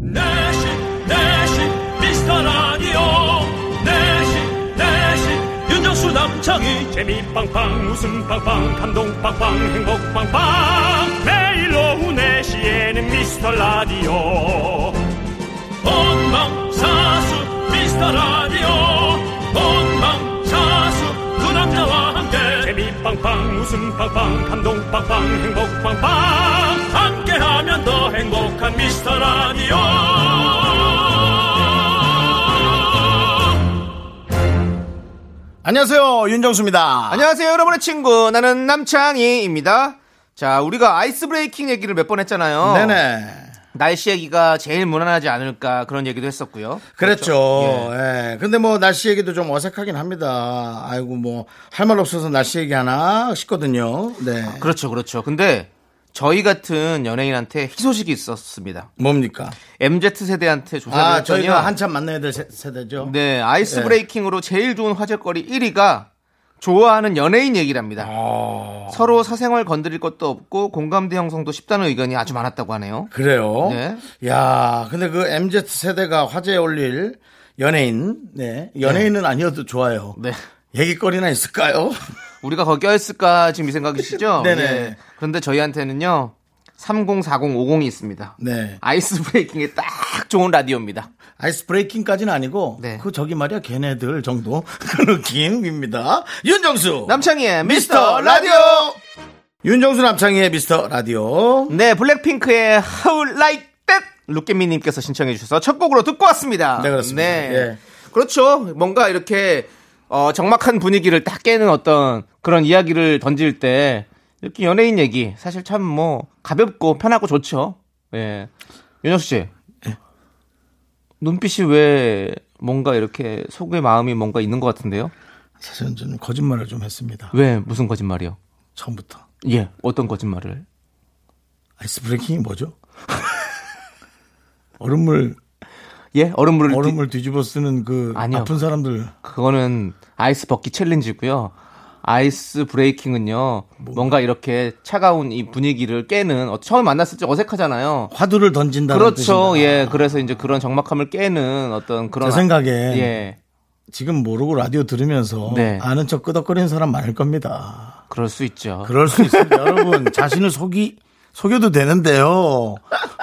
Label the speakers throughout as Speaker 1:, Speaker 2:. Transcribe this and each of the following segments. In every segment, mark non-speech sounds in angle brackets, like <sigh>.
Speaker 1: 내식 내식 미스터 라디오 내식 내식 윤정수 남창희
Speaker 2: 재미 빵빵 웃음 빵빵 감동 빵빵 행복 빵빵 매일 오후 4시에는 미스터 라디오
Speaker 1: 본방사수 미스터 라디오 본방사수 그 남자와 함께
Speaker 2: 재미 빵빵 웃음 빵빵 감동 빵빵 행복 빵빵
Speaker 1: 함께하면 더 행복한 미스터 라디오
Speaker 3: 안녕하세요 윤정수입니다.
Speaker 4: 아. 안녕하세요, 여러분의 친구. 나는 남창희입니다. 자, 우리가 아이스 브레이킹 얘기를 몇 번
Speaker 3: 어.
Speaker 4: 했잖아요.
Speaker 3: 네네.
Speaker 4: 날씨 얘기가 제일 무난하지 않을까 그런 얘기도 했었고요.
Speaker 3: 그랬죠. 그렇죠. 예. 근데 뭐 날씨 얘기도 좀 어색하긴 합니다. 아이고 뭐 할 말 없어서 날씨 얘기 하나 싶거든요. 네.
Speaker 4: 그렇죠, 그렇죠. 근데 저희 같은 연예인한테 희소식이 있었습니다.
Speaker 3: 뭡니까?
Speaker 4: MZ 세대한테 조사를
Speaker 3: 아
Speaker 4: 했더니
Speaker 3: 저희가 한참 만나야 될 세, 대죠
Speaker 4: 네, 아이스
Speaker 3: 예.
Speaker 4: 브레이킹으로 제일 좋은 화제거리 1위가 좋아하는 연예인 얘기랍니다.
Speaker 3: 아,
Speaker 4: 서로 사생활 건드릴 것도 없고 공감대 형성도 쉽다는 의견이 아주 많았다고 하네요.
Speaker 3: 그래요.
Speaker 4: 네.
Speaker 3: 야, 근데 그 MZ 세대가 화제에 올릴 연예인, 네, 연예인은 아니어도 좋아요.
Speaker 4: 네.
Speaker 3: 얘기거리나 있을까요? <laughs>
Speaker 4: 우리가 거기 껴있을까 지금 이 생각이시죠?
Speaker 3: 네네.
Speaker 4: 예. 그런데 저희한테는요. 30, 40, 50이 있습니다.
Speaker 3: 네.
Speaker 4: 아이스 브레이킹에 딱 좋은 라디오입니다.
Speaker 3: 아이스 브레이킹까지는 아니고
Speaker 4: 네.
Speaker 3: 그 저기 말이야 걔네들 정도 <laughs> 그 느낌입니다. 윤정수
Speaker 4: 남창희의
Speaker 3: 미스터
Speaker 4: 미스터
Speaker 3: 라디오.
Speaker 4: 라디오!
Speaker 3: 윤정수 남창희의 미스터 라디오.
Speaker 4: 네, 블랙핑크의 How Like That! 루깨미님께서 신청해 주셔서 첫 곡으로 듣고 왔습니다.
Speaker 3: 네, 그렇습니다. 예.
Speaker 4: 그렇죠. 뭔가 이렇게, 어, 적막한 분위기를 딱 깨는 어떤 그런 이야기를 던질 때, 이렇게 연예인 얘기, 사실 참 뭐, 가볍고 편하고 좋죠. 예. 윤혁 씨.
Speaker 3: 예.
Speaker 4: 눈빛이 왜 뭔가 이렇게 속의 마음이 뭔가 있는 것 같은데요?
Speaker 3: 사실은 저는 거짓말을 좀 했습니다.
Speaker 4: 왜 무슨 거짓말이요?
Speaker 3: 처음부터
Speaker 4: 예, 어떤 거짓말을?
Speaker 3: 아이스 브레이킹이 뭐죠? <laughs> 얼음물
Speaker 4: 예, 얼음물을 뒤-
Speaker 3: 얼음을 뒤집어 쓰는 그
Speaker 4: 아니요.
Speaker 3: 아픈 사람들
Speaker 4: 그거는 아이스 버킷 챌린지고요. 아이스 브레이킹은요.
Speaker 3: 뭐.
Speaker 4: 뭔가 이렇게 차가운 이 분위기를 깨는 어, 처음 만났을 때
Speaker 3: <laughs>
Speaker 4: 어색하잖아요.
Speaker 3: 화두를 던진다는
Speaker 4: 그렇죠.
Speaker 3: 뜻입니다.
Speaker 4: 예. 그래서 이제 그런 적막함을 깨는 어떤 그런 아,
Speaker 3: 제 생각에
Speaker 4: 예.
Speaker 3: 지금 모르고 라디오 들으면서
Speaker 4: 네.
Speaker 3: 아는 척 끄덕거리는 사람 많을 겁니다.
Speaker 4: 그럴 수 있죠.
Speaker 3: 그럴 수 있습니다. 여러분 자신을 속이 속여도 되는데요.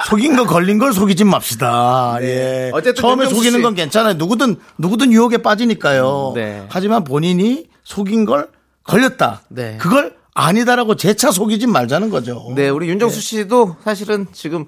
Speaker 3: 속인 거 걸린 걸 속이지 맙시다. 예.
Speaker 4: 네. 어쨌든
Speaker 3: 처음에
Speaker 4: 윤정수
Speaker 3: 속이는
Speaker 4: 씨.
Speaker 3: 건 괜찮아요. 누구든 누구든 유혹에 빠지니까요.
Speaker 4: 네.
Speaker 3: 하지만 본인이 속인 걸 걸렸다.
Speaker 4: 네.
Speaker 3: 그걸 아니다라고 재차 속이지 말자는 거죠.
Speaker 4: 네, 우리 윤정수 씨도 사실은 지금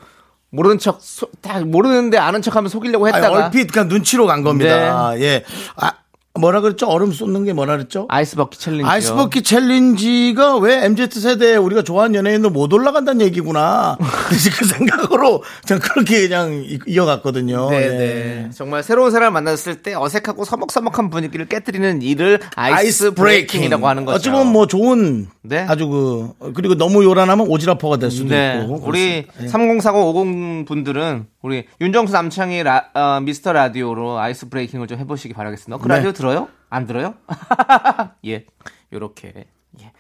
Speaker 4: 모르는 척, 소- 다 모르는데 아는 척 하면 속이려고
Speaker 3: 아니,
Speaker 4: 했다가 네.
Speaker 3: 얼핏 그냥 눈치로 간 겁니다. 예. 아, 뭐라 그랬죠? 얼음 쏟는 게 뭐라 그랬죠?
Speaker 4: 아이스 버킷 챌린지.
Speaker 3: 아이스버킷 챌린지가 왜 MZ 세대에 우리가 좋아하는 연예인으로 못 올라간다는
Speaker 4: <laughs>
Speaker 3: 얘기구나. 그래서 그 생각으로 전 그렇게 그냥 이- 이어갔거든요.
Speaker 4: 네,
Speaker 3: 예.
Speaker 4: 네. 정말 새로운 사람 만났을 때 어색하고 서먹서먹한 분위기를 깨뜨리는 일을
Speaker 3: 아이스
Speaker 4: 아이스
Speaker 3: 브레이킹이라고
Speaker 4: 브레이킹이라고 하는 거죠.
Speaker 3: 어찌 보면 뭐 좋은
Speaker 4: 네.
Speaker 3: 아주 그 그리고 너무 요란하면 오지라퍼가 될 수도
Speaker 4: 네.
Speaker 3: 있고.
Speaker 4: 우리
Speaker 3: 그렇습니다. 예.
Speaker 4: 304050 분들은 우리 윤정수 남창희 라- 어, 미스터 라디오로 아이스 브레이킹을 좀 해보시기 바라겠습니다. 그
Speaker 3: 네.
Speaker 4: 라디오 들어요? 안 들어요? <laughs> 예. 요렇게. 예.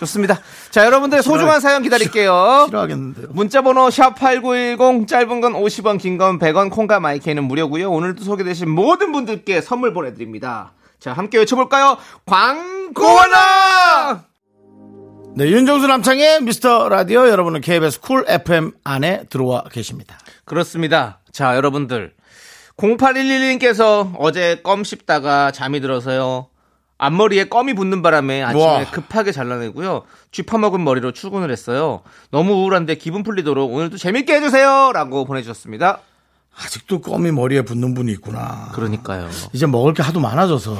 Speaker 4: 좋습니다. 자, 여러분들 소중한 사연 기다릴게요.
Speaker 3: 싫어하겠는데요.
Speaker 4: 문자번호 샵8910 짧은 건 50원 긴 건 100원 콩과 마이크는 무료고요 오늘도 소개되신 모든 분들께 선물 보내드립니다 자 함께 외쳐볼까요 광고나
Speaker 3: 네, 윤정수 남창의 미스터 라디오 여러분은 KBS 쿨 FM 안에 들어와 계십니다.
Speaker 4: 그렇습니다 자 여러분들 0811님께서 어제 껌 씹다가 잠이 들어서요 앞머리에 껌이 붙는 바람에 아침에
Speaker 3: 우와.
Speaker 4: 급하게 잘라내고요 쥐파먹은 머리로 출근을 했어요 너무 우울한데 기분 풀리도록 오늘도 재밌게 해주세요 라고 보내주셨습니다
Speaker 3: 아직도 껌이 머리에 붙는 분이 있구나.
Speaker 4: 그러니까요
Speaker 3: 이제 먹을 게 하도 많아져서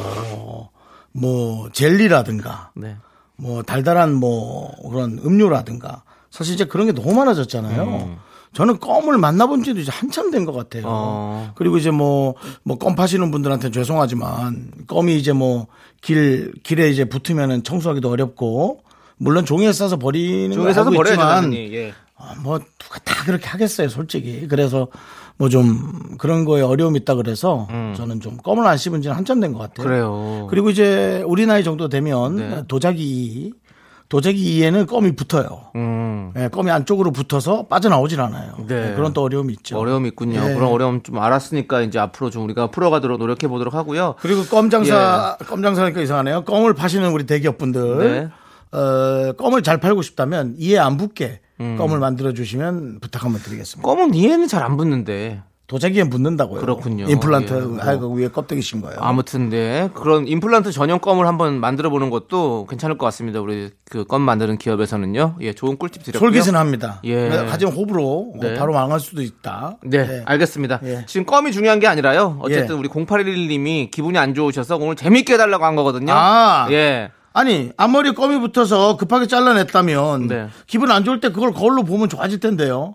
Speaker 3: 뭐 젤리라든가
Speaker 4: 네
Speaker 3: 뭐 달달한 뭐 그런 음료라든가 사실 이제 그런 게 너무 많아졌잖아요.
Speaker 4: 음.
Speaker 3: 저는 껌을 만나본 지도 이제 한참 된 것 같아요.
Speaker 4: 어.
Speaker 3: 그리고 이제 뭐, 뭐 껌 파시는 분들한테 죄송하지만 껌이 이제 뭐 길, 길에 이제 붙으면은 청소하기도 어렵고 물론 종이에 싸서 버리는
Speaker 4: 중에
Speaker 3: 건
Speaker 4: 서서
Speaker 3: 알고
Speaker 4: 버려야죠
Speaker 3: 있지만
Speaker 4: 당연히. 예.
Speaker 3: 아, 뭐 누가 다 그렇게 하겠어요, 솔직히. 그래서 뭐 좀 그런 거에 어려움이 있다 그래서
Speaker 4: 음.
Speaker 3: 저는 좀 껌을 안 씹은 지는 한참 된 것 같아요.
Speaker 4: 그래요. 네.
Speaker 3: 그리고 이제 우리 나이 정도 되면 도자기 도자기 이에는 껌이 붙어요.
Speaker 4: 음.
Speaker 3: 예, 껌이 안쪽으로 붙어서 빠져나오질 않아요.
Speaker 4: 네.
Speaker 3: 예, 그런 또 어려움이 있죠.
Speaker 4: 어려움이 있군요.
Speaker 3: 예.
Speaker 4: 그런 어려움 좀 알았으니까 이제 앞으로 좀 우리가 풀어가도록 노력해 보도록 하고요.
Speaker 3: 그리고 껌 장사,
Speaker 4: 예.
Speaker 3: 껌 장사니까 이상하네요. 껌을 파시는 우리 대기업분들,
Speaker 4: 네.
Speaker 3: 어, 껌을 잘 팔고 싶다면 이에 안 붙게
Speaker 4: 음.
Speaker 3: 껌을 만들어 주시면 부탁 한번 드리겠습니다.
Speaker 4: 껌은 이해는 잘 안 붙는데
Speaker 3: 도자기엔 붙는다고요.
Speaker 4: 그렇군요. 예,
Speaker 3: 임플란트
Speaker 4: 뭐.
Speaker 3: 하고 위에 껍데기 신 거예요.
Speaker 4: 아무튼 네 그런 임플란트 전용 껌을 한번 만들어 보는 것도 괜찮을 것 같습니다. 우리 그 껌 만드는 기업에서는요. 예, 좋은 꿀팁 드렸고요.
Speaker 3: 솔깃은 합니다.
Speaker 4: 예.
Speaker 3: 가진 호불호 어,
Speaker 4: 네.
Speaker 3: 바로 망할 수도 있다.
Speaker 4: 네,
Speaker 3: 예.
Speaker 4: 알겠습니다.
Speaker 3: 예.
Speaker 4: 지금 껌이 중요한 게 아니라요. 어쨌든
Speaker 3: 예.
Speaker 4: 우리 0811님이 기분이 안 좋으셔서 오늘 재밌게 해달라고 한 거거든요.
Speaker 3: 아.
Speaker 4: 예.
Speaker 3: 아니 앞머리 껌이 붙어서 급하게 잘라냈다면
Speaker 4: 네.
Speaker 3: 기분 안 좋을 때 그걸 거울로 보면 좋아질 텐데요.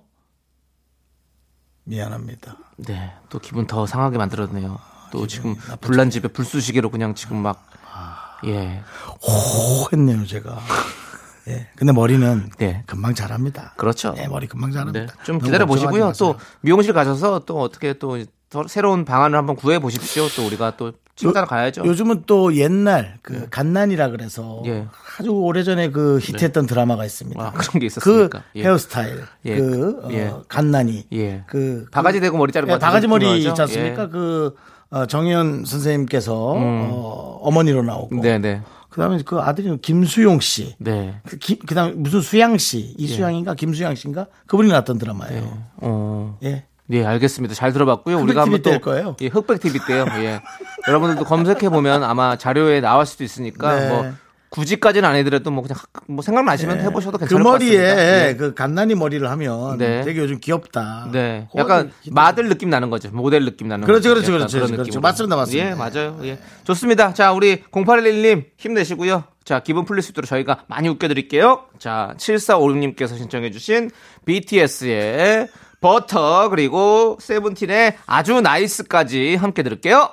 Speaker 3: 미안합니다.
Speaker 4: 네, 또 기분 더 상하게 만들었네요. 또 지금 불난 집에 불쑤시개로 그냥 지금 막
Speaker 3: 아.
Speaker 4: 예,
Speaker 3: 오 했네요 제가.
Speaker 4: <laughs>
Speaker 3: 예. 근데 머리는
Speaker 4: 네.
Speaker 3: 금방 자랍니다.
Speaker 4: 그렇죠.
Speaker 3: 예, 머리 금방
Speaker 4: 네,
Speaker 3: 자랍니다.
Speaker 4: 좀
Speaker 3: 너무
Speaker 4: 기다려 보시고요.
Speaker 3: 걱정하지
Speaker 4: 또
Speaker 3: 마세요.
Speaker 4: 미용실 가셔서 또 어떻게 또 더 새로운 방안을 한번 구해 보십시오. 또 우리가 또 칭찬 가야죠. 네.
Speaker 3: 요즘은 또 옛날 그 갓난이라 그래서
Speaker 4: 그렇죠. 예. 네.
Speaker 3: 아주 오래전에 그 히트했던 드라마가 있습니다.
Speaker 4: 아, 그런 게
Speaker 3: 그
Speaker 4: 있었습니까? 예.
Speaker 3: 헤어스타일,
Speaker 4: 예.
Speaker 3: 그 어,
Speaker 4: 예.
Speaker 3: 갓난이,
Speaker 4: 예.
Speaker 3: 그
Speaker 4: 바가지 대고 머리 자르고
Speaker 3: 예, 바가지 머리
Speaker 4: 중요하죠?
Speaker 3: 있지 않습니까?
Speaker 4: 예. 음.
Speaker 3: 그 어, 정현 선생님께서 어, 어머니로 나오고,
Speaker 4: 네, 네.
Speaker 3: 그다음에 그 아들이 김수용 씨,
Speaker 4: 네.
Speaker 3: 그, 김- 그다음에 무슨 수양 씨,
Speaker 4: 예.
Speaker 3: 이수양인가 김수양 씨인가 그분이 나왔던 드라마예요.
Speaker 4: 어.
Speaker 3: 예.
Speaker 4: 네, 알겠습니다. 잘 들어봤고요.
Speaker 3: 흑백
Speaker 4: 우리가 한번
Speaker 3: TV 때일
Speaker 4: 또
Speaker 3: 거예요.
Speaker 4: 예, 흑백 TV 때요. 예. 여러분들도 검색해 보면 아마 자료에 나올 수도 있으니까
Speaker 3: 네.
Speaker 4: 뭐 굳이까지는 안 해드려도 뭐 그냥 학- 뭐 생각나시면 해보셔도
Speaker 3: 그
Speaker 4: 괜찮을 것
Speaker 3: 머리에
Speaker 4: 같습니다. 예.
Speaker 3: 그 갓난이 머리를 하면
Speaker 4: 네.
Speaker 3: 되게 요즘 귀엽다.
Speaker 4: 네,
Speaker 3: 그거
Speaker 4: 약간
Speaker 3: 히트-
Speaker 4: 마들 느낌 나는 거죠. 모델 느낌 나는
Speaker 3: 그렇죠,
Speaker 4: 거죠.
Speaker 3: 그렇죠,
Speaker 4: 약간
Speaker 3: 그렇죠,
Speaker 4: 그런
Speaker 3: 그렇죠.
Speaker 4: 느낌으로.
Speaker 3: 맞습니다, 맞습니다.
Speaker 4: 예, 맞아요. 예. 좋습니다. 자, 우리 0811님 힘내시고요. 자, 기분 풀릴 수 있도록 저희가 많이 웃겨드릴게요. 자, 7456님께서 신청해주신 BTS의 버터 그리고 세븐틴의 아주 나이스까지 함께 들을게요.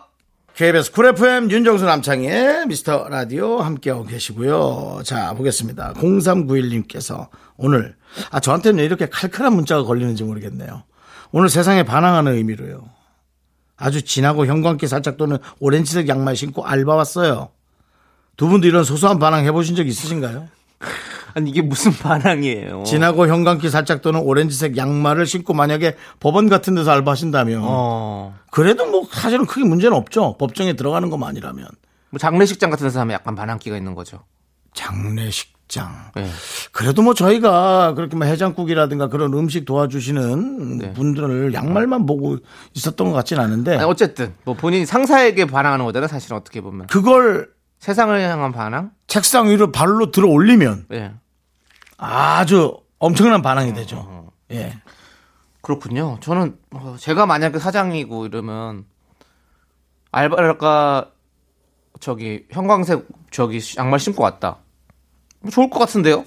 Speaker 3: KBS 쿨 FM 윤정수 남창희의 미스터 라디오 함께하고 계시고요. 자 보겠습니다. 0391님께서 오늘 아 저한테는 왜 이렇게 칼칼한 문자가 걸리는지 모르겠네요. 오늘 세상에 반항하는 의미로요. 아주 진하고 형광기 살짝 도는 오렌지색 양말 신고 알바 왔어요. 두 분도 이런 소소한 반항 해보신 적 있으신가요?
Speaker 4: 아니 이게 무슨 반항이에요?
Speaker 3: 진하고 형광기 살짝 도는 오렌지색 양말을 신고 만약에 법원 같은 데서 알바하신다면
Speaker 4: 어,
Speaker 3: 그래도 뭐 사실은 크게 문제는 없죠. 법정에 들어가는 것만 아니라면.
Speaker 4: 뭐 장례식장 같은 데서 하면 약간 반항기가 있는 거죠.
Speaker 3: 장례식장.
Speaker 4: 예.
Speaker 3: 그래도 뭐 저희가 그렇게 뭐 해장국이라든가 그런 음식 도와주시는 분들을 양말만 보고 있었던 것 같진 않은데
Speaker 4: 네. 아니, 어쨌든 뭐 본인 상사에게 반항하는 거잖아요. 사실은 어떻게 보면
Speaker 3: 그걸
Speaker 4: 세상을 향한 반항.
Speaker 3: 책상 위로 발로 들어 올리면
Speaker 4: 예.
Speaker 3: 아주 엄청난 반항이
Speaker 4: 어,
Speaker 3: 되죠. 예.
Speaker 4: 그렇군요. 저는 어, 제가 만약에 사장이고 이러면 알바랄까 저기 형광색 저기 양말 신고 왔다. 뭐 좋을 것 같은데요?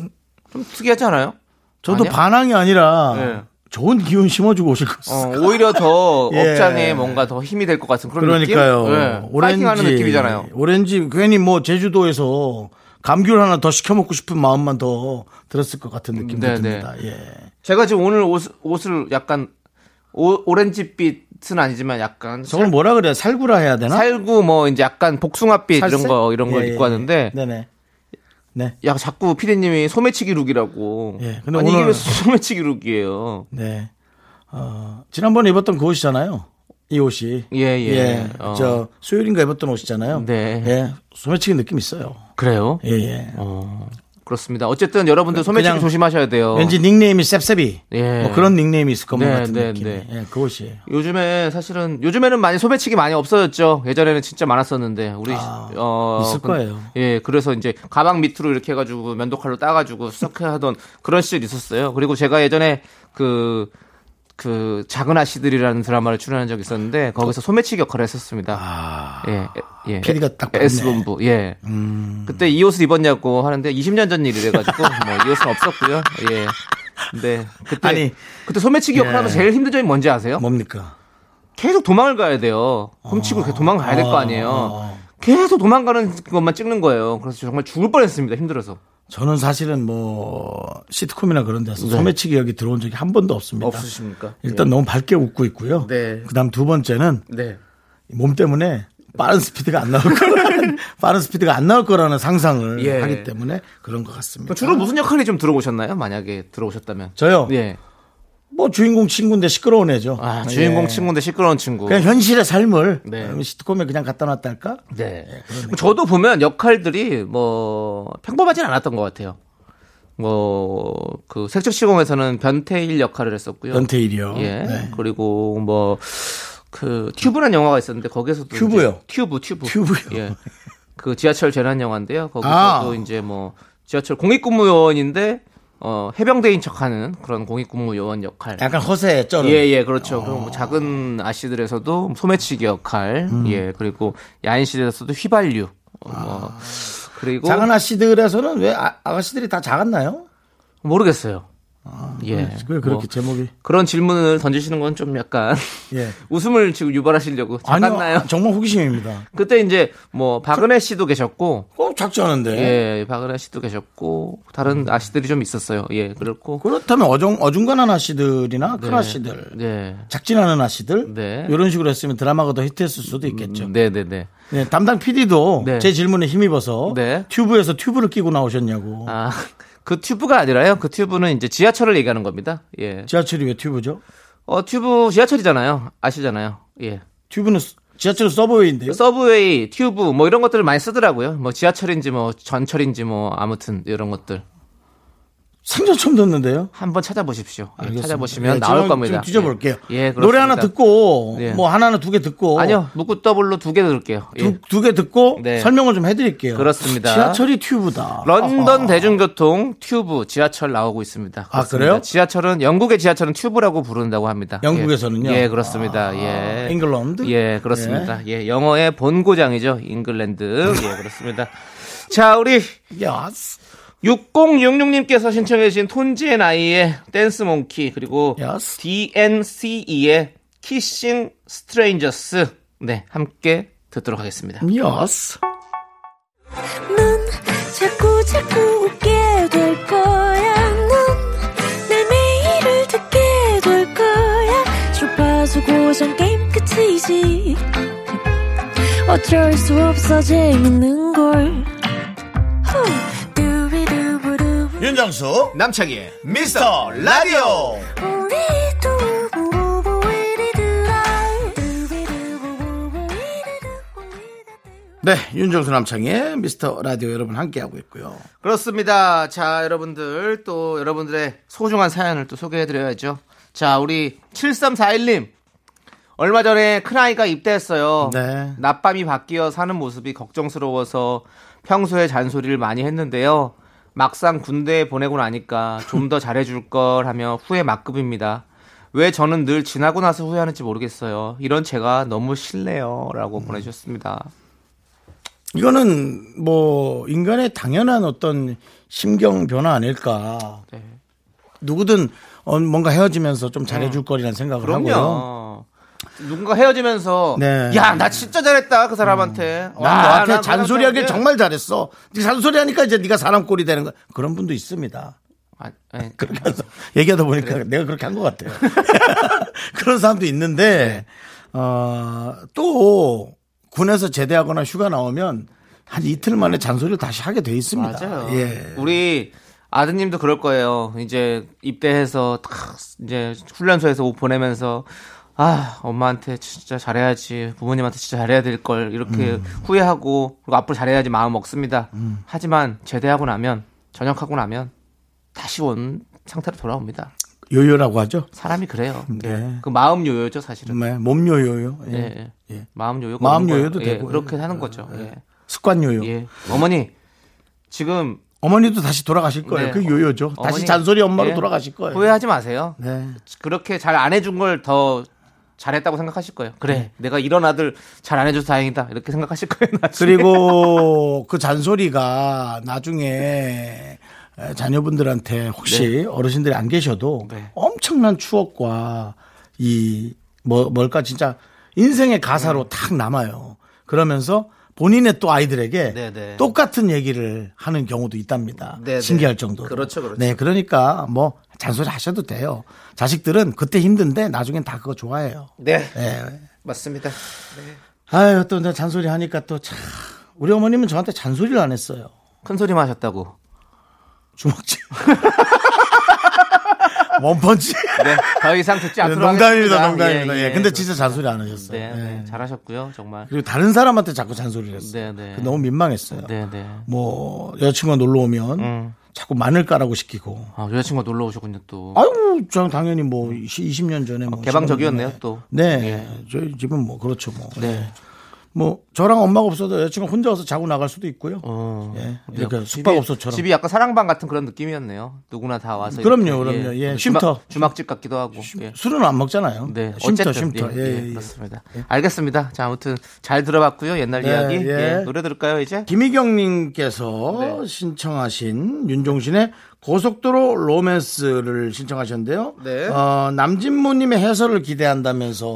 Speaker 4: 좀 특이하지 않아요?
Speaker 3: 저도
Speaker 4: 아니야?
Speaker 3: 반항이 아니라
Speaker 4: 예.
Speaker 3: 좋은 기운 심어주고 오실 것 같습니다. <laughs>
Speaker 4: 어, 오히려 더
Speaker 3: 예.
Speaker 4: 업장에 뭔가 더 힘이 될 것 같은 어, 그런
Speaker 3: 그러니까요.
Speaker 4: 느낌. 예. 파이팅하는 느낌이잖아요.
Speaker 3: 오렌지 괜히 뭐 제주도에서 감귤 하나 더 시켜 먹고 싶은 마음만 더 들었을 것 같은 느낌도
Speaker 4: 네,
Speaker 3: 듭니다. 예.
Speaker 4: 제가 지금 오늘 옷, 옷을 약간 오, 오렌지빛은 아니지만 약간
Speaker 3: 저걸 뭐라 그래요? 살구라 해야 되나?
Speaker 4: 살구 뭐 이제 약간 복숭아빛 이런
Speaker 3: 살색?
Speaker 4: 거 이런 걸
Speaker 3: 예,
Speaker 4: 입고
Speaker 3: 예.
Speaker 4: 왔는데
Speaker 3: 네네. 네.
Speaker 4: 야 자꾸 피디님이 소매치기 룩이라고.
Speaker 3: 예, 근데
Speaker 4: 아니 이게
Speaker 3: 오늘-
Speaker 4: 왜 소매치기 룩이에요?
Speaker 3: 네. 어, 지난번에 입었던 그 옷이잖아요. 이 옷이.
Speaker 4: 예, 예. 어.
Speaker 3: 저 수요일인가 입었던 옷이잖아요.
Speaker 4: 네.
Speaker 3: 예. 소매치기 느낌 있어요.
Speaker 4: 그래요?
Speaker 3: 예, 예.
Speaker 4: 어. 그렇습니다. 어쨌든 여러분들 소매치기
Speaker 3: 그냥
Speaker 4: 조심하셔야 돼요.
Speaker 3: 왠지 닉네임이 셉셉이.
Speaker 4: 예.
Speaker 3: 뭐 그런 닉네임이 있을 것만
Speaker 4: 네,
Speaker 3: 같은
Speaker 4: 네,
Speaker 3: 느낌.
Speaker 4: 네.
Speaker 3: 예, 그 옷이에요.
Speaker 4: 요즘에 사실은 요즘에는 많이 소매치기 많이 없어졌죠. 예전에는 진짜 많았었는데 우리 어
Speaker 3: 아, 있을
Speaker 4: 근-
Speaker 3: 거예요.
Speaker 4: 예, 그래서 이제 가방 밑으로 이렇게 해가지고 면도칼로 따가지고 썩 하던 그런 시절 이 있었어요. 그리고 제가 예전에 그 그 작은 아씨들이라는 드라마를 출연한 적이 있었는데 거기서 소매치기 역할을 했었습니다. 예, 예.
Speaker 3: PD가 딱 봤네. 음.
Speaker 4: S 본부. 예. 그때 이 옷을 입었냐고 하는데 20년 전 일이래가지고 뭐 이 옷은 없었고요. 예. 네. 그때
Speaker 3: 아니. 예. 뭐.
Speaker 4: 그때 소매치기 역할하면서 제일 힘든 점이 뭔지 아세요?
Speaker 3: 뭡니까?
Speaker 4: 계속 도망을 가야 돼요. 훔치고 이렇게 도망가야
Speaker 3: 어,
Speaker 4: 될 거 아니에요. 계속 도망가는 것만 찍는 거예요. 그래서 정말 죽을 뻔했습니다. 힘들어서.
Speaker 3: 저는 사실은 뭐 시트콤이나 그런 데서 소매치기 여기 들어온 적이 한 번도 없습니다.
Speaker 4: 네. 없으십니까? 예.
Speaker 3: 일단 너무 밝게 웃고 있고요.
Speaker 4: 네.
Speaker 3: 그다음 두 번째는
Speaker 4: 네.
Speaker 3: 몸 때문에 빠른 스피드가 안 나올
Speaker 4: <laughs>
Speaker 3: 거라는 빠른 스피드가 안 나올 거라는 상상을
Speaker 4: 예.
Speaker 3: 하기 때문에 그런 것 같습니다.
Speaker 4: 그럼 주로 무슨 역할이 좀 들어오셨나요? 만약에 들어오셨다면.
Speaker 3: 저요?
Speaker 4: 예.
Speaker 3: 뭐 주인공 친구인데 시끄러운 애죠.
Speaker 4: 아,
Speaker 3: 예.
Speaker 4: 주인공
Speaker 3: 그러니까
Speaker 4: 친구인데 시끄러운 친구.
Speaker 3: 그냥 현실의 삶을
Speaker 4: 네.
Speaker 3: 음, 시트콤에 그냥 갖다 놨다 할까?
Speaker 4: 네. 저도 보면 역할들이 뭐 평범하진 않았던 것 같아요. 뭐그 색즉시공에서는 변태일 역할을 했었고요.
Speaker 3: 변태일이요.
Speaker 4: 예.
Speaker 3: 네.
Speaker 4: 그리고 뭐 그 튜브란 영화가 있었는데 거기에서도
Speaker 3: 큐브요?
Speaker 4: 이제 튜브 튜브.
Speaker 3: 튜브요?
Speaker 4: 예. 그 지하철 재난 영화인데요. 거기서도
Speaker 3: 아.
Speaker 4: 이제 뭐 지하철 공익근무요원인데 어 해병대인 척하는 그런 공익근무요원 역할.
Speaker 3: 약간 허세 쩔은.
Speaker 4: 예, 예, 그렇죠. 그리고
Speaker 3: 어.
Speaker 4: 뭐 작은 아씨들에서도 소매치기 역할,
Speaker 3: 음.
Speaker 4: 예, 그리고 야인시대에서도 휘발유, 어, 뭐, 그리고
Speaker 3: 아. 작은 아씨들에서는 왜 아, 아가씨들이 다 작았나요?
Speaker 4: 모르겠어요. 예,
Speaker 3: 왜 아, 그렇게
Speaker 4: 뭐
Speaker 3: 제목이?
Speaker 4: 그런 질문을 던지시는 건 좀 약간
Speaker 3: 예.
Speaker 4: <laughs> 웃음을 지금 유발하시려고
Speaker 3: 아니요.
Speaker 4: 작았나요? <laughs>
Speaker 3: 아, 정말 호기심입니다.
Speaker 4: 그때 이제 뭐 박은혜 씨도 계셨고,
Speaker 3: 어, 작지 않은데.
Speaker 4: 예, 박은혜 씨도 계셨고
Speaker 3: 음.
Speaker 4: 다른 아씨들이 좀 있었어요. 예, 그렇고,
Speaker 3: 그렇다면 어중, 어중간한 아씨들이나 큰
Speaker 4: 네.
Speaker 3: 아씨들.
Speaker 4: 네,
Speaker 3: 작진 않은 아씨들.
Speaker 4: 네.
Speaker 3: 이런 식으로 했으면 드라마가 더 히트했을 수도 있겠죠.
Speaker 4: 네, 네, 네.
Speaker 3: 네, 담당 PD도
Speaker 4: 네.
Speaker 3: 제 질문에 힘입어서
Speaker 4: 네.
Speaker 3: 튜브에서 튜브를 끼고 나오셨냐고.
Speaker 4: 아, <laughs> 그 튜브가 아니라요. 그 튜브는 이제 지하철을 얘기하는 겁니다. 예.
Speaker 3: 지하철이 왜 튜브죠?
Speaker 4: 어, 튜브 지하철이잖아요. 아시잖아요. 예.
Speaker 3: 튜브는 스- 지하철은 서브웨이인데요.
Speaker 4: 서브웨이, 튜브 뭐 이런 것들을 많이 쓰더라고요. 뭐 지하철인지 뭐 전철인지 뭐 아무튼 이런 것들
Speaker 3: 생전 처음 듣는데요.
Speaker 4: 한번 네, 찾아보십시오. 예,
Speaker 3: 알겠습니다.
Speaker 4: 찾아보시면
Speaker 3: 예,
Speaker 4: 나올
Speaker 3: 지금- 지금
Speaker 4: 겁니다.
Speaker 3: 뒤져볼게요.
Speaker 4: 예, 예, 그렇습니다.
Speaker 3: 노래 하나 듣고
Speaker 4: 예.
Speaker 3: 뭐 하나나 두 개 듣고
Speaker 4: 아니요. 묵고 더블로 두 개 들을게요. 예.
Speaker 3: 두 개 듣고
Speaker 4: 네.
Speaker 3: 설명을 좀 해드릴게요.
Speaker 4: 그렇습니다.
Speaker 3: 지하철이 튜브다.
Speaker 4: 런던
Speaker 3: 아하. 아,
Speaker 4: 대중교통 튜브 지하철 나오고 있습니다. 그렇습니다.
Speaker 3: 그래요?
Speaker 4: 지하철은 영국의 지하철은 튜브라고 부른다고 합니다.
Speaker 3: 영국에서는요? 아,
Speaker 4: 예, 예, 그렇습니다. 예.
Speaker 3: 잉글랜드?
Speaker 4: 예, 그렇습니다. 예, 영어의 본고장이죠. 잉글랜드. 예, 그렇습니다. 자, 우리
Speaker 3: 야스.
Speaker 4: 6066님께서 신청해 주신 톤지의 나이의 댄스 몽키 그리고
Speaker 3: Yes.
Speaker 4: DNCE의 키싱 스트레인저스 네, 함께 듣도록 하겠습니다.
Speaker 3: 야스.
Speaker 5: 넌 자꾸 자꾸 웃게 될 거야. 넌내 매일을 듣게 될 거야. 주파수 고정 게임 끝이지. 어쩔 수 없어 재밌는 걸. 후. 두비두부두.
Speaker 3: 윤정수 남창희 미스터 라디오.
Speaker 5: 우리 두부부부 우리들아. 두비두부부부 우리들아.
Speaker 3: 네, 윤정수 남창희 미스터 라디오 여러분 함께하고 있고요.
Speaker 4: 그렇습니다. 자, 여러분들 또 여러분들의 소중한 사연을 또 소개해 드려야죠. 자, 우리 7341님. 얼마 전에 큰아이가 입대했어요.
Speaker 3: 네.
Speaker 4: 낮밤이 바뀌어 사는 모습이 걱정스러워서 평소에 잔소리를 많이 했는데요. 막상 군대에 보내고 나니까 좀 더 잘해줄 걸 하며 후회 막급입니다. 왜 저는 늘 지나고 나서 후회하는지 모르겠어요. 이런 제가 너무 싫네요. 라고 보내주셨습니다.
Speaker 3: 이거는 뭐 인간의 당연한 어떤 심경 변화 아닐까.
Speaker 4: 네.
Speaker 3: 누구든 어, 뭔가 헤어지면서 좀 잘해줄 거리라는 생각을 하고요.
Speaker 4: 그럼요. 누군가 헤어지면서
Speaker 3: 네. 음.
Speaker 4: 야 나 진짜 잘했다 그 사람한테
Speaker 3: 난 너한테 잔소리하길
Speaker 4: 길
Speaker 3: 정말 잘했어. 네 잔소리하니까 이제 네가 사람 꼴이 되는 거야. 그런 분도 있습니다.
Speaker 4: 아,
Speaker 3: 그렇게 해서 얘기하다 보니까 내가 그렇게 한 것 같아요. <laughs> 그런 사람도 있는데, 어, 또, 군에서 제대하거나 휴가 나오면 한 이틀 만에 잔소리를 다시 하게 돼 있습니다.
Speaker 4: 맞아요
Speaker 3: 예.
Speaker 4: 우리 아드님도 그럴 거예요 이제 입대해서 탁 이제 훈련소에서 옷 보내면서 아 엄마한테 진짜 잘해야지 부모님한테 진짜 잘해야 될 걸 이렇게
Speaker 3: 음.
Speaker 4: 후회하고 그리고 앞으로 잘해야지 마음 먹습니다 하지만 제대하고 나면 전역하고 나면 다시 온 상태로 돌아옵니다
Speaker 3: 요요라고 하죠?
Speaker 4: 사람이 그래요
Speaker 3: 네.
Speaker 4: 그 마음 요요죠 사실은
Speaker 3: 네. 몸 요요요. 예.
Speaker 4: 예.
Speaker 3: 예.
Speaker 4: 마음 요요
Speaker 3: 마음 요요도 되고.
Speaker 4: 그렇게
Speaker 3: 예.
Speaker 4: 하는 거죠. 예.
Speaker 3: 습관 요요.
Speaker 4: 예. 어머니 지금
Speaker 3: 어머니도 다시 돌아가실 거예요.
Speaker 4: 네.
Speaker 3: 그 요요죠.
Speaker 4: 어,
Speaker 3: 다시
Speaker 4: 어머니,
Speaker 3: 잔소리 엄마로
Speaker 4: 예.
Speaker 3: 돌아가실 거예요.
Speaker 4: 후회하지 마세요.
Speaker 3: 네.
Speaker 4: 그렇게 잘 안 해준 걸 더 잘했다고 생각하실 거예요. 그래,
Speaker 3: 네.
Speaker 4: 내가 이런 아들 잘 안 해줘서 다행이다 이렇게 생각하실 거예요. 나중에.
Speaker 3: 그리고 그 잔소리가 나중에 자녀분들한테 혹시 어르신들이 안 계셔도
Speaker 4: 네.
Speaker 3: 엄청난 추억과 이 뭐, 뭘까 진짜 인생의
Speaker 4: 음.
Speaker 3: 가사로 탁 남아요. 그러면서 본인의 또 아이들에게
Speaker 4: 네, 네.
Speaker 3: 똑같은 얘기를 하는 경우도 있답니다.
Speaker 4: 네, 네.
Speaker 3: 신기할 정도로.
Speaker 4: 그렇죠, 그렇죠.
Speaker 3: 네, 그러니까 뭐 잔소리 하셔도 돼요. 자식들은 그때 힘든데 나중엔 다 그거 좋아해요.
Speaker 4: 네,
Speaker 3: 네.
Speaker 4: 맞습니다.
Speaker 3: 아유, 또 이제 잔소리 하니까 또 참. 우리 어머님은 저한테 잔소리를 안 했어요.
Speaker 4: 큰 소리만 하셨다고.
Speaker 3: 주먹질. <laughs> 원펀치.
Speaker 4: 네, 더 이상 듣지 않도록
Speaker 3: 농담입니다,
Speaker 4: 하겠습니다.
Speaker 3: 농담입니다. 예, 근데
Speaker 4: 그렇습니다.
Speaker 3: 진짜 잔소리 안 하셨어요.
Speaker 4: 네,
Speaker 3: 예.
Speaker 4: 네, 잘하셨고요, 정말.
Speaker 3: 그리고 다른 사람한테 자꾸 잔소리를
Speaker 4: 네,
Speaker 3: 했어요.
Speaker 4: 네.
Speaker 3: 너무 민망했어요.
Speaker 4: 네, 음. 네.
Speaker 3: 뭐 여자친구가 놀러 오면 자꾸 마늘 까라고 시키고.
Speaker 4: 아, 여자친구가 놀러 오셨군요, 또.
Speaker 3: 아유, 저는 당연히 뭐 20년 전에 뭐
Speaker 4: 음. 개방적이었네요,
Speaker 3: 15년 전에.
Speaker 4: 또.
Speaker 3: 네, 저희 집은 뭐 그렇죠 뭐. 네. 뭐 저랑 엄마가 없어도 여자친구 혼자 와서 자고 나갈 수도 있고요.
Speaker 4: 어.
Speaker 3: 예,
Speaker 4: 네,
Speaker 3: 이렇게
Speaker 4: 집이-
Speaker 3: 숙박업소처럼.
Speaker 4: 집이 약간 사랑방 같은 그런 느낌이었네요. 누구나 다 와서.
Speaker 3: 그럼요, 그럼요. 예, 쉼터.
Speaker 4: 주막, 집 같기도 하고. 예.
Speaker 3: 술은 안 먹잖아요.
Speaker 4: 네,
Speaker 3: 쉼터,
Speaker 4: 어쨌든,
Speaker 3: 쉼터.
Speaker 4: 예,
Speaker 3: 예, 예,
Speaker 4: 예,
Speaker 3: 예.
Speaker 4: 그렇습니다. 알겠습니다. 자, 아무튼 잘 들어봤고요. 옛날
Speaker 3: 네,
Speaker 4: 이야기.
Speaker 3: 예.
Speaker 4: 예, 노래 들을까요, 이제?
Speaker 3: 김희경님께서
Speaker 4: 네.
Speaker 3: 신청하신 윤종신의 고속도로 로맨스를 신청하셨는데요.
Speaker 4: 네.
Speaker 3: 어, 남진모님의 해설을 기대한다면서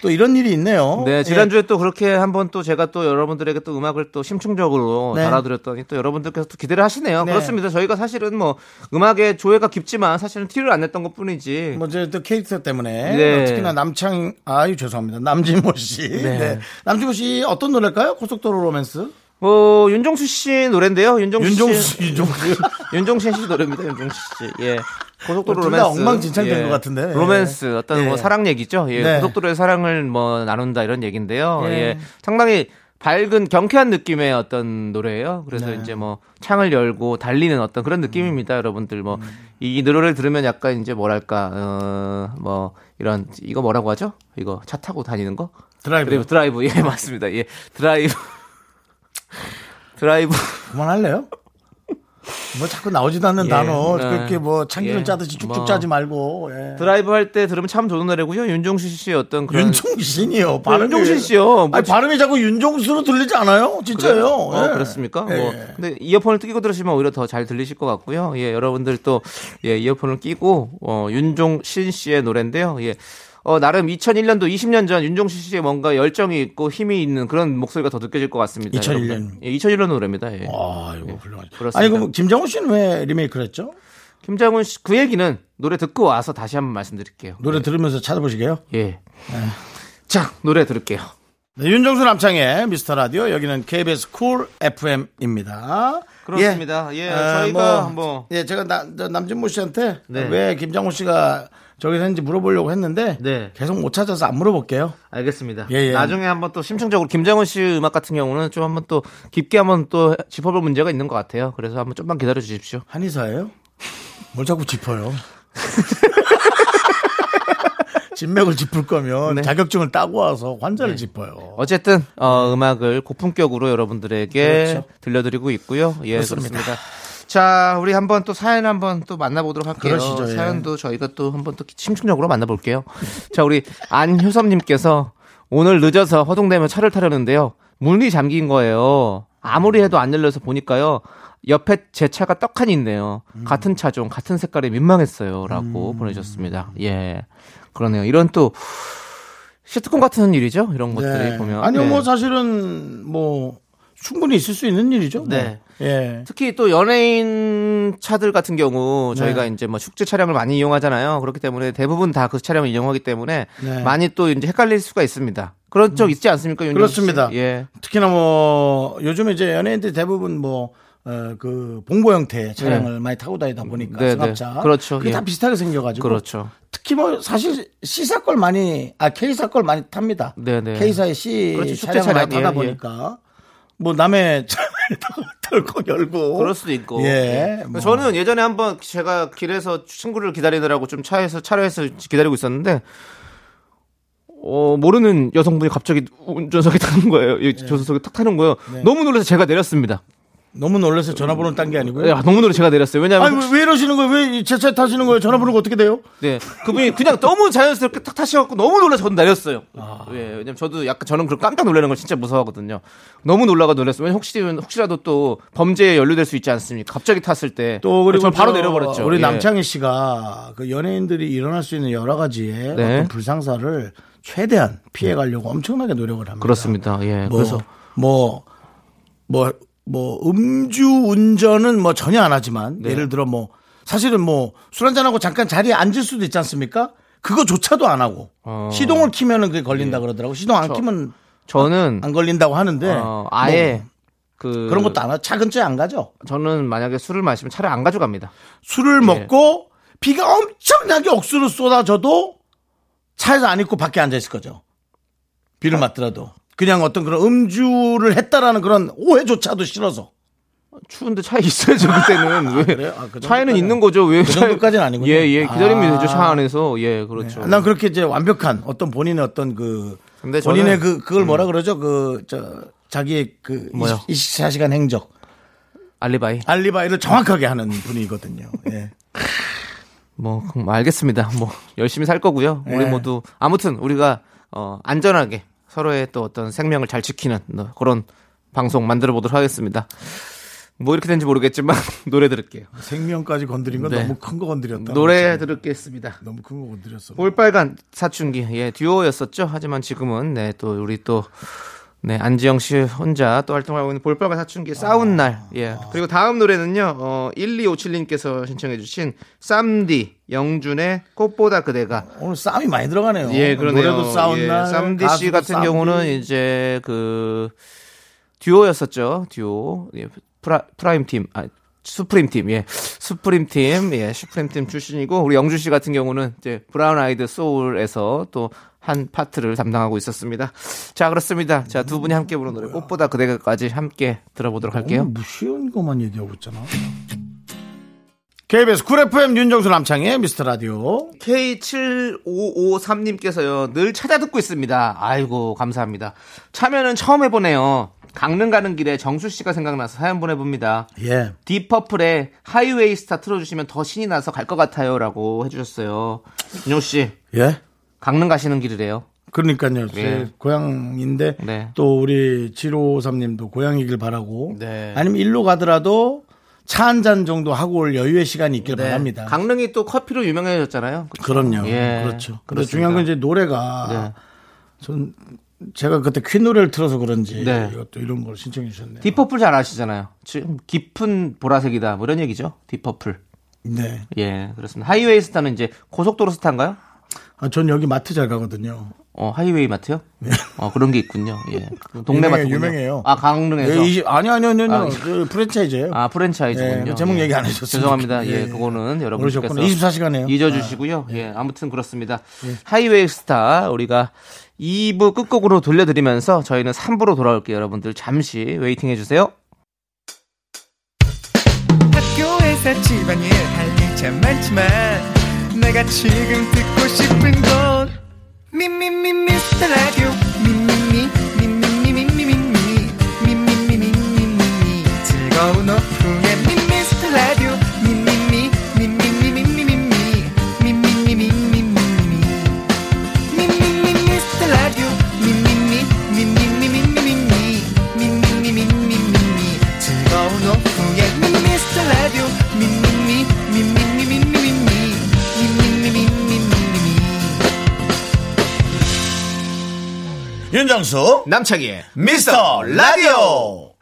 Speaker 3: 또 이런 일이 있네요. 예.
Speaker 4: 네, 지난주에 또 그렇게 한번 또 제가 또 여러분들에게 또 음악을 또 심층적으로
Speaker 3: 네.
Speaker 4: 달아드렸더니 또 여러분들께서 또 기대를 하시네요.
Speaker 3: 네.
Speaker 4: 그렇습니다. 저희가 사실은 뭐 음악에 조예가 깊지만 사실은 티를 안 냈던 것 뿐이지.
Speaker 3: 먼저 뭐 또 캐릭터 때문에 뭐
Speaker 4: 네.
Speaker 3: 특히나 남창 아유 죄송합니다 남진모 씨 네. 남진모 씨 어떤 노래일까요 고속도로 로맨스
Speaker 4: 어, 윤종수 씨 노래인데요. 윤종수 씨.
Speaker 3: 윤종수 윤종수
Speaker 4: 윤종신 씨 노래입니다. 윤종신 씨. 예. 고속도로
Speaker 3: 어, 둘다
Speaker 4: 로맨스.
Speaker 3: 엉망진창된 것 같은데. 예.
Speaker 4: 로맨스 어떤
Speaker 3: 예.
Speaker 4: 뭐 사랑 얘기죠. 예.
Speaker 3: 네.
Speaker 4: 고속도로의 사랑을 뭐 나눈다 이런 얘기인데요. 예. 상당히 밝은 경쾌한 느낌의 어떤 노래예요. 그래서
Speaker 3: 네.
Speaker 4: 이제 뭐 창을 열고 달리는 어떤 그런 느낌입니다.
Speaker 3: 음.
Speaker 4: 여러분들 뭐 이 노래를 들으면 약간 이제 뭐랄까 어뭐 이런 이거 뭐라고 하죠? 이거 차 타고 다니는 거?
Speaker 3: 드라이브.
Speaker 4: 드라이브 드라이브. 예, 맞습니다. 예. 드라이브 <laughs> 드라이브
Speaker 3: 그만할래요 뭐 자꾸 나오지도 않는
Speaker 4: 예.
Speaker 3: 단어
Speaker 4: 네.
Speaker 3: 그렇게 뭐 참기름
Speaker 4: 예.
Speaker 3: 짜듯이 쭉쭉
Speaker 4: 뭐.
Speaker 3: 짜지 말고 예.
Speaker 4: 네. 드라이브 할 때 들으면 참 좋은 노래고요. 윤종신 씨의 어떤 그런
Speaker 3: 윤종신이요 발음이
Speaker 4: 네, 윤종신 씨요. 뭐
Speaker 3: 아니, 발음이 자꾸 윤종수로 들리지 않아요 진짜예요
Speaker 4: 어,
Speaker 3: 예.
Speaker 4: 그렇습니까?
Speaker 3: 예.
Speaker 4: 뭐 근데 이어폰을 끼고 들으시면 오히려 더 잘 들리실 것 같고요. 예, 여러분들 또 예, 이어폰을 끼고 어, 윤종신 씨의 노래인데요. 예. 어, 나름 2001년도 20년 전 윤종신 씨의 뭔가 열정이 있고 힘이 있는 그런 목소리가 더 느껴질 것 같습니다.
Speaker 3: 2001년.
Speaker 4: 여러분들. 예, 2001년 노래입니다. 예.
Speaker 3: 아 이거 훌륭하죠
Speaker 4: 그렇습니다.
Speaker 3: 아니 그럼 김정우 씨는 왜 리메이크를 했죠
Speaker 4: 김장훈 씨 그 얘기는 노래 듣고 와서 다시 한번 말씀드릴게요.
Speaker 3: 노래 들으면서 찾아보시게요
Speaker 4: 예. 자, 노래 들을게요.
Speaker 3: 네, 윤정수 남창의 미스터 라디오 여기는 KBS 쿨 FM입니다.
Speaker 4: 그렇습니다. 예, 저희가 한번-
Speaker 3: 아, 예, 제가 나, 저 남진모 씨한테
Speaker 4: 네.
Speaker 3: 왜 김장호 씨가 저기서 했는지 물어보려고 했는데
Speaker 4: 네.
Speaker 3: 계속 못 찾아서 안 물어볼게요.
Speaker 4: 알겠습니다.
Speaker 3: 예, 예.
Speaker 4: 나중에 한번 또 심층적으로 김정은 씨 음악 같은 경우는 좀 한번 또 깊게 한번 또 짚어볼 문제가 있는 것 같아요. 그래서 한번 좀만 기다려 주십시오.
Speaker 3: 한의사예요? 뭘 자꾸 짚어요? <laughs> 진맥을 짚을 거면
Speaker 4: 네.
Speaker 3: 자격증을 따고 와서 환자를 짚어요.
Speaker 4: 어쨌든 어, 음악을 고품격으로 여러분들에게
Speaker 3: 그렇죠.
Speaker 4: 들려드리고 있고요. 예,
Speaker 3: 그렇습니다.
Speaker 4: 그렇습니다. 자, 우리 한번 또 사연 한번 또 만나보도록 할게요.
Speaker 3: 그러시죠, 예.
Speaker 4: 사연도 저희가 또 한번 또 심층적으로 만나볼게요. <laughs> 자, 우리 안효섭님께서 오늘 늦어서 허둥대며 차를 타려는데요. 문이 잠긴 거예요. 아무리 해도 안 열려서 보니까요. 옆에 제 차가 떡하니 있네요.
Speaker 3: 음.
Speaker 4: 같은 차종, 같은 색깔이 민망했어요. 라고 보내셨습니다. 예. 그러네요. 이런 또 시트콤 같은 일이죠. 이런 것들이
Speaker 3: 네.
Speaker 4: 보면.
Speaker 3: 아니요,
Speaker 4: 네.
Speaker 3: 뭐 사실은 뭐 충분히 있을 수 있는 일이죠. 뭐.
Speaker 4: 네.
Speaker 3: 예.
Speaker 4: 특히 또 연예인 차들 같은 경우 저희가
Speaker 3: 네.
Speaker 4: 이제 뭐 축제 차량을 많이 이용하잖아요. 그렇기 때문에 대부분 다 그 차량을 이용하기 때문에
Speaker 3: 네. 음.
Speaker 4: 많이 또 이제 헷갈릴 수가 있습니다. 그런 적 있지 않습니까? 윤정 씨?
Speaker 3: 그렇습니다.
Speaker 4: 예.
Speaker 3: 특히나 뭐 요즘에 이제 연예인들 대부분 뭐 어 그 봉고 형태의 차량을 많이 타고 다니다 보니까
Speaker 4: 네,
Speaker 3: 승합차
Speaker 4: 네. 그렇죠.
Speaker 3: 그게
Speaker 4: 예.
Speaker 3: 다 비슷하게 생겨가지고
Speaker 4: 그렇죠.
Speaker 3: 특히 뭐 사실 C사 걸 많이 아 K사 걸 많이 탑니다.
Speaker 4: 네, 네.
Speaker 3: K사의 C
Speaker 4: 그렇지, 축제
Speaker 3: 차량을 많이
Speaker 4: 차량,
Speaker 3: 타다
Speaker 4: 예,
Speaker 3: 보니까 뭐 남의 <laughs> 차에 털고 열고
Speaker 4: 그럴 수도 있고.
Speaker 3: 어? 예, 뭐.
Speaker 4: 저는 예전에 한번 제가 길에서 친구를 기다리느라고 좀 차에서 차로에서 기다리고 있었는데 어, 모르는 여성분이 갑자기 운전석에 타는 거예요.
Speaker 3: 네.
Speaker 4: 이 조수석에 탁 타는 거예요. 너무 놀라서 제가 내렸습니다.
Speaker 3: 너무 놀라서 전화번호 딴 게 아니고요.
Speaker 4: 야, 너무 놀라서 제가 내렸어요. 왜냐하면
Speaker 3: 아니 왜, 왜 이러시는 거예요? 왜 제 차에 타시는 거예요? 전화번호가 어떻게 돼요?
Speaker 4: 네. 그분이 그냥 너무 자연스럽게 탁 타셔갖고 너무 놀라서 저도 내렸어요.
Speaker 3: 아.
Speaker 4: 예, 왜냐면 저도 약간 저는 그런 깜짝 놀라는 걸 진짜 무서워하거든요. 너무 놀라가 놀랐어요. 왜냐면 혹시, 혹시라도 또 범죄에 연루될 수 있지 않습니까? 갑자기 탔을 때.
Speaker 3: 또 그리고
Speaker 4: 저는 바로
Speaker 3: 저
Speaker 4: 내려버렸죠.
Speaker 3: 우리
Speaker 4: 예.
Speaker 3: 남창희 씨가 그 연예인들이 일어날 수 있는 여러 가지의
Speaker 4: 네.
Speaker 3: 어떤 불상사를 최대한 피해가려고 엄청나게 노력을 합니다.
Speaker 4: 그렇습니다. 예.
Speaker 3: 뭐,
Speaker 4: 그래서.
Speaker 3: 뭐, 뭐, 뭐 음주 운전은 뭐 전혀 안 하지만
Speaker 4: 네.
Speaker 3: 예를 들어 뭐 사실은 뭐 술 한잔하고 잠깐 자리에 앉을 수도 있지 않습니까? 그거조차도 안 하고
Speaker 4: 어.
Speaker 3: 시동을 키면은 그게 걸린다 그러더라고. 시동 안 키면
Speaker 4: 저는
Speaker 3: 안 걸린다고 하는데
Speaker 4: 어,
Speaker 3: 아,
Speaker 4: 아예
Speaker 3: 네. 뭐
Speaker 4: 그
Speaker 3: 그런 것도 안 하죠. 차근째 안 가죠.
Speaker 4: 저는 만약에 술을 마시면 차를 안 가져갑니다. 예.
Speaker 3: 술을 먹고 비가 엄청나게 억수로 쏟아져도 차에서 안 입고 밖에 앉아 있을 거죠.
Speaker 4: 아.
Speaker 3: 비를 맞더라도 그냥 어떤 그런 음주를 했다라는 그런 오해조차도 싫어서
Speaker 4: 추운데 차에 <laughs> 있어야죠 그때는 왜
Speaker 3: 그래요? 아, 그
Speaker 4: 차에는
Speaker 3: 정도까지-
Speaker 4: 있는 거죠 왜
Speaker 3: 그 정도까지는 아니군요.
Speaker 4: 예예 기다리면
Speaker 3: 아. 네.
Speaker 4: 되죠 차 안에서 예 그렇죠
Speaker 3: 난 그렇게 이제 완벽한 어떤 본인의 어떤 그
Speaker 4: 근데 저는- 음.
Speaker 3: 본인의 그 그걸 뭐라 그러죠? 그 저 자기의 그
Speaker 4: 뭐요?
Speaker 3: 24시간 행적
Speaker 4: 알리바이
Speaker 3: 알리바이를 정확하게 하는 분이거든요.
Speaker 4: <laughs>
Speaker 3: 예.
Speaker 4: 뭐 그럼 알겠습니다 뭐 열심히 살 거고요 우리
Speaker 3: 예.
Speaker 4: 모두 아무튼 우리가 어, 안전하게 서로의 또 어떤 생명을 잘 지키는 그런 방송 만들어 보도록 하겠습니다 뭐 이렇게 된지 모르겠지만 <laughs> 노래 들을게요
Speaker 3: 생명까지 건드린 건
Speaker 4: 네.
Speaker 3: 너무 큰 거 건드렸다.
Speaker 4: 노래 들을겠습니다
Speaker 3: 너무 큰 거 건드렸어.
Speaker 4: 볼빨간 사춘기 예 듀오였었죠 하지만 지금은 네 또 우리 또네 안지영 씨 혼자 또 활동하고 있는 볼빨간 사춘기 싸운 날예 그리고 다음 노래는요 어 1257님께서 신청해주신 쌈디 영준의 꽃보다 그대가
Speaker 3: 오늘 싸움이 많이 들어가네요.
Speaker 4: 예 그러네요
Speaker 3: 노래도 싸운
Speaker 4: 예,
Speaker 3: 날.
Speaker 4: 쌈디 씨
Speaker 3: 가수도
Speaker 4: 같은
Speaker 3: 싸움이.
Speaker 4: 경우는 이제 그 듀오였었죠 듀오 예, 프라, 프라임 팀아 수프림 팀, 예. 수프림 팀, 예. 슈프림 팀 출신이고, 우리 영주 씨 같은 경우는 이제 브라운 아이드 소울에서 또 한 파트를 담당하고 있었습니다. 자, 그렇습니다. 자, 두 분이 함께 부른 노래, 꽃보다 그대가까지 함께 들어보도록 할게요.
Speaker 3: 너무 무시한 것만 얘기하고 있잖아. KBS 쿨 FM 윤정수 남창의 미스터 라디오.
Speaker 4: K7553님께서요, 늘 찾아듣고 있습니다. 아이고, 감사합니다. 참여는 처음 해보네요. 강릉 가는 길에 정수 씨가 생각나서 사연 보내봅니다.
Speaker 3: 예.
Speaker 4: 디퍼플의 하이웨이 스타 틀어주시면 더 신이 나서 갈 것 같아요. 라고 해주셨어요. 윤호 씨.
Speaker 3: 예.
Speaker 4: 강릉 가시는 길이래요.
Speaker 3: 그러니까요. 제
Speaker 4: 예.
Speaker 3: 고향인데
Speaker 4: 네.
Speaker 3: 또 우리 7553님도 고향이길 바라고
Speaker 4: 네.
Speaker 3: 아니면 일로 가더라도 차 한 잔 정도 하고 올 여유의 시간이 있길 바랍니다.
Speaker 4: 네. 강릉이 또 커피로 유명해졌잖아요. 그쵸?
Speaker 3: 그럼요.
Speaker 4: 예,
Speaker 3: 그렇죠. 근데
Speaker 4: 그렇습니다.
Speaker 3: 중요한 건 이제
Speaker 4: 네.
Speaker 3: 노래가 전 제가 그때 퀸 노래를 틀어서 그런지
Speaker 4: 네.
Speaker 3: 이것도 이런 걸 신청해 주셨네요.
Speaker 4: 디퍼플 잘 아시잖아요. 지금 깊은 보라색이다. 뭐 이런 얘기죠. 디퍼플.
Speaker 3: 네.
Speaker 4: 예, 그렇습니다. 하이웨이 스타는 이제 고속도로 스타인가요?
Speaker 3: 아, 전 여기 마트 잘 가거든요.
Speaker 4: 어, 하이웨이 마트요? 어, 그런 게 있군요. 예. 그 동네
Speaker 3: 유명해요,
Speaker 4: 마트.
Speaker 3: 유명해요.
Speaker 4: 아, 강릉에서.
Speaker 3: 예, 이십- 아니 아니요 아니요.
Speaker 4: 아,
Speaker 3: 아니요. 그 프랜차이즈예요.
Speaker 4: 아, 프랜차이즈군요.
Speaker 3: 예, 제목 얘기 안 해줬어요.
Speaker 4: 죄송합니다. 예,
Speaker 3: 예,
Speaker 4: 그거는 여러분께서
Speaker 3: 모르셨구나. 24시간 해요. 예.
Speaker 4: 잊어주시고요. 예. 아무튼 그렇습니다. 하이웨이 스타 우리가 2부 끝곡으로 돌려드리면서 저희는 3부로 돌아올게요. 여러분들 잠시 웨이팅 해주세요.
Speaker 6: 학교에서 집안일 할 일 참 많지만 내가 지금 듣고 싶은 건 미미미 미스터 라디오 미미미 미미미 미미미 미미미 미미미 미미미 즐거운 오후에 미스터 라디오 미미미 미미미 미미미 미미미 미미미 미미미
Speaker 3: 윤정수
Speaker 4: 남창희의
Speaker 3: 미스터 라디오.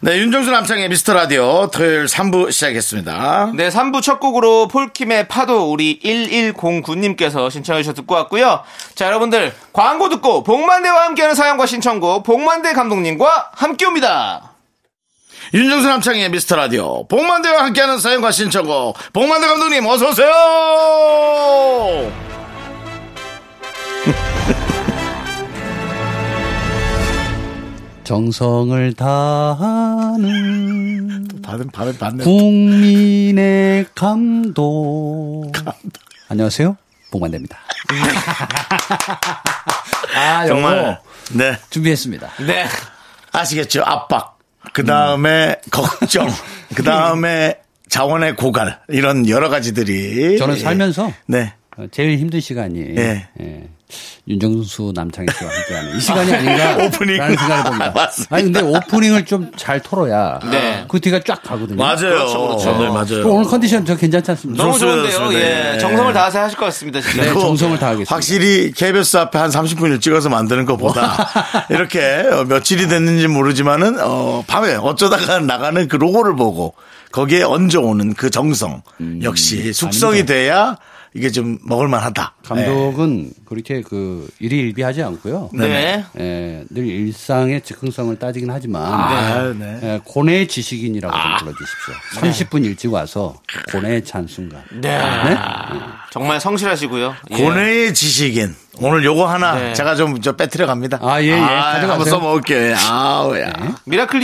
Speaker 3: 네, 윤정수 남창의 미스터 라디오 토요일 3부 시작했습니다.
Speaker 4: 네, 3부 첫 곡으로 폴킴의 파도 우리 1109님께서 신청해 주셔서 듣고 왔고요. 자, 여러분들 광고 듣고 복만대와 함께하는 사연과 신청곡 복만대 감독님과 함께 옵니다.
Speaker 3: 윤정수 남창의 미스터 라디오 복만대와 함께하는 사연과 신청곡 복만대 감독님 어서 오세요.
Speaker 7: 정성을 다하는
Speaker 3: 다른 발을 받는
Speaker 7: 국민의 감독. 안녕하세요. 복만대입니다.
Speaker 3: 정말
Speaker 7: 아, 정말
Speaker 3: 네
Speaker 7: 준비했습니다.
Speaker 4: 네.
Speaker 3: 아시겠죠 압박 그 다음에 걱정 그 다음에 자원의 고갈 이런 여러 가지들이
Speaker 7: 저는
Speaker 3: 예.
Speaker 7: 살면서
Speaker 3: 네
Speaker 7: 어, 제일 힘든 시간이
Speaker 3: 예.
Speaker 7: 예, 윤정수 남창희 씨와 함께하는 이 시간이 아닌가
Speaker 3: <laughs> 오프닝.
Speaker 7: 라는 생각을 봅니다.
Speaker 3: 맞습니다.
Speaker 7: 아니 근데 오프닝을 좀 잘 털어야
Speaker 4: 네. 그렇죠,
Speaker 7: 그 뒤가 쫙 가거든요.
Speaker 3: 맞아요 네,
Speaker 7: 그럼
Speaker 3: 맞아요
Speaker 7: 오늘 컨디션 저 괜찮지 않습니까?
Speaker 4: 너무
Speaker 3: 좋습니다.
Speaker 4: 좋은데요.
Speaker 3: 네.
Speaker 4: 예. 정성을 다해서 하실 것 같습니다. 진짜.
Speaker 7: 네,
Speaker 3: 그거
Speaker 7: 정성을 다하겠습니다.
Speaker 3: 확실히 KBS 앞에 한 30분을 찍어서 만드는 <laughs> 것보다 이렇게 어, 며칠이 됐는지 모르지만은 어, 밤에 어쩌다가 <laughs> 나가는 그 로고를 보고 거기에 얹어오는 그 정성 역시 숙성이
Speaker 7: 아닙니다.
Speaker 3: 돼야 이게 좀 먹을만하다. 네.
Speaker 7: 감독은 그렇게 그 일희일비하지 않고요.
Speaker 4: 네.
Speaker 7: 예, 늘 일상의 즉흥성을 따지긴 하지만
Speaker 3: 아, 네.
Speaker 7: 예, 고뇌 지식인이라고 좀 불러주십시오. 30분 일찍 와서 고뇌에 찬 순간.
Speaker 4: 네. 정말 성실하시고요.
Speaker 3: 아.
Speaker 4: 예.
Speaker 3: 고뇌의 지식인. 오늘 요거 하나
Speaker 4: 네.
Speaker 3: 제가 좀 저 빼트려 갑니다.
Speaker 7: 아, 예, 예. 가져가세요.
Speaker 3: 한번 써먹을게. 아우야.
Speaker 4: 미라클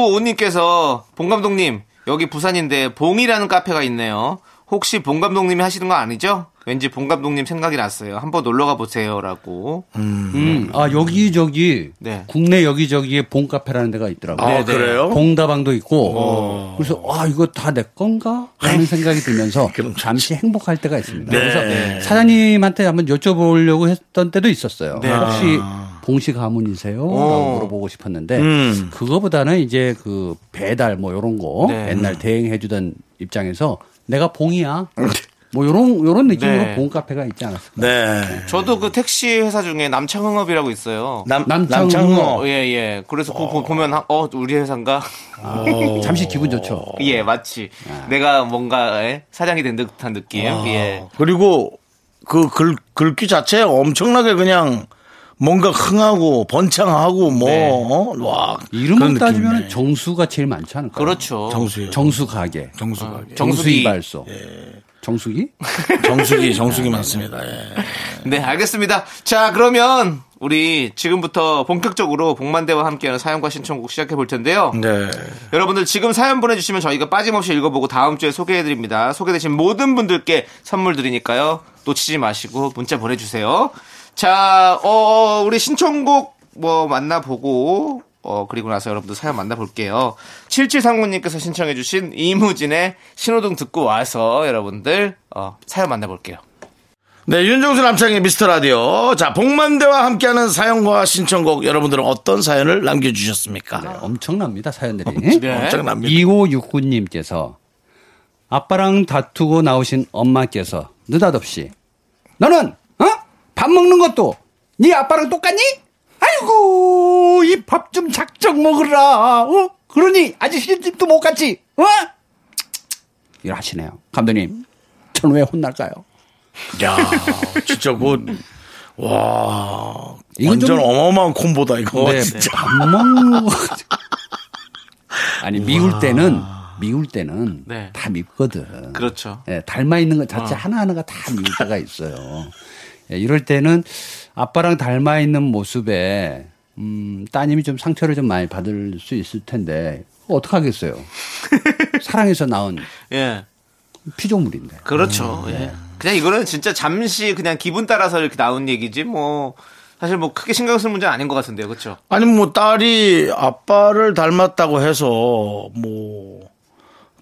Speaker 4: 2995님께서 봉 감독님 여기 부산인데 봉이라는 카페가 있네요. 혹시 봉 감독님이 하시는 거 아니죠? 왠지 봉 감독님 생각이 났어요. 한번 놀러 가 보세요라고.
Speaker 7: 음, 아 여기저기
Speaker 4: 네.
Speaker 7: 국내 여기저기에 봉 카페라는 데가 있더라고요.
Speaker 3: 아, 그래요?
Speaker 7: 봉다방도 있고. 그래서 아 이거 다 내 건가? 라는 생각이 들면서
Speaker 3: <laughs> 그럼 좋지.
Speaker 7: 잠시 행복할 때가 있습니다.
Speaker 3: 네.
Speaker 7: 그래서 사장님한테 한번 여쭤보려고 했던 때도 있었어요. 혹시 봉씨 가문이세요? 라고 물어보고 싶었는데 그거보다는 이제 그 배달 뭐 요런 거
Speaker 4: 네.
Speaker 7: 옛날 대행해 주던 입장에서 내가 봉이야. 뭐 요런 요런 느낌으로
Speaker 4: 네.
Speaker 7: 봉 카페가 있지 않았을까?
Speaker 3: 네.
Speaker 4: 저도 그 택시 회사 중에 남창흥업이라고 있어요.
Speaker 3: 남,
Speaker 7: 남창호.
Speaker 3: 남창호.
Speaker 4: 어, 예, 예. 그래서 그거 보- 보면, 하- 어, 우리 회사인가?
Speaker 3: 어.
Speaker 7: 잠시 기분 좋죠.
Speaker 4: <laughs> 예, 마치. 내가 뭔가, 예, 사장이 된 듯한 느낌. 예.
Speaker 3: 아, 그리고 그 글, 글귀 자체에 엄청나게 그냥 뭔가 흥하고 번창하고 뭐,
Speaker 4: 네.
Speaker 3: 어? 와. 그런
Speaker 7: 이름만
Speaker 3: 느낌이네.
Speaker 7: 따지면 정수가 제일 많지 않을까?
Speaker 4: 그렇죠.
Speaker 3: 정수요.
Speaker 7: 정수 가게.
Speaker 3: 정수가.
Speaker 7: 정수
Speaker 4: 정수기.
Speaker 7: 이발소.
Speaker 3: 예.
Speaker 7: 정수기?
Speaker 4: <laughs>
Speaker 3: 정수기, 정수기 맞습니다. 예.
Speaker 4: 네, 알겠습니다. 자, 그러면 우리 지금부터 본격적으로 복만대와 함께하는 사연과 신청곡 시작해 볼 텐데요.
Speaker 3: 네.
Speaker 4: 여러분들 지금 사연 보내주시면 저희가 빠짐없이 읽어보고 다음 주에 소개해드립니다. 소개되신 모든 분들께 선물 드리니까요. 놓치지 마시고 문자 보내주세요. 자, 어, 우리 신청곡 뭐 만나보고, 어, 그리고 나서 여러분들 사연 만나볼게요. 7739님께서 신청해주신 이무진의 신호등 듣고 와서 여러분들, 어, 사연 만나볼게요.
Speaker 3: 네, 윤종수 남창의 미스터 라디오. 어, 자, 복만대와 함께하는 사연과 신청곡 여러분들은 어떤 사연을 남겨주셨습니까? 어,
Speaker 7: 엄청납니다, 사연들이.
Speaker 3: 네. 엄청납니다.
Speaker 7: 2569님께서 아빠랑 다투고 나오신 엄마께서 느닷없이 너는, 어? 밥 먹는 것도 네 아빠랑 똑같니? 아이고, 이 밥 좀 작정 먹으라. 어? 그러니 아저씨 집도 못 갔지. 어? 이러 하시네요. 감독님, 전 왜 혼날까요?
Speaker 3: 야, 진짜 뭐, 와.
Speaker 7: 이건
Speaker 3: 완전
Speaker 7: 좀-
Speaker 3: 어마어마한 콤보다, 이거.
Speaker 7: 네,
Speaker 3: 진짜.
Speaker 7: 밥 먹는 거 가지고. 아니 미울 때는 미울 때는
Speaker 4: 네.
Speaker 7: 다 밉거든.
Speaker 4: 그렇죠. 어.
Speaker 7: 예, 닮아 있는 것 자체 하나 하나가 다 미울 때가 있어요. 예, 이럴 때는 아빠랑 닮아 있는 모습에 음, 따님이 좀 상처를 좀 많이 받을 수 있을 텐데
Speaker 4: <laughs>
Speaker 7: 어떡 하겠어요. 사랑해서 낳은
Speaker 4: 예.
Speaker 7: 피조물인데.
Speaker 4: 그렇죠. 예. 그냥 이거는 진짜 잠시 그냥 기분 따라서 이렇게 나온 얘기지 뭐 사실 뭐 크게 신경 쓸 문제는 아닌 것 같은데요, 그렇죠?
Speaker 3: 아니 뭐 딸이 아빠를 닮았다고 해서 뭐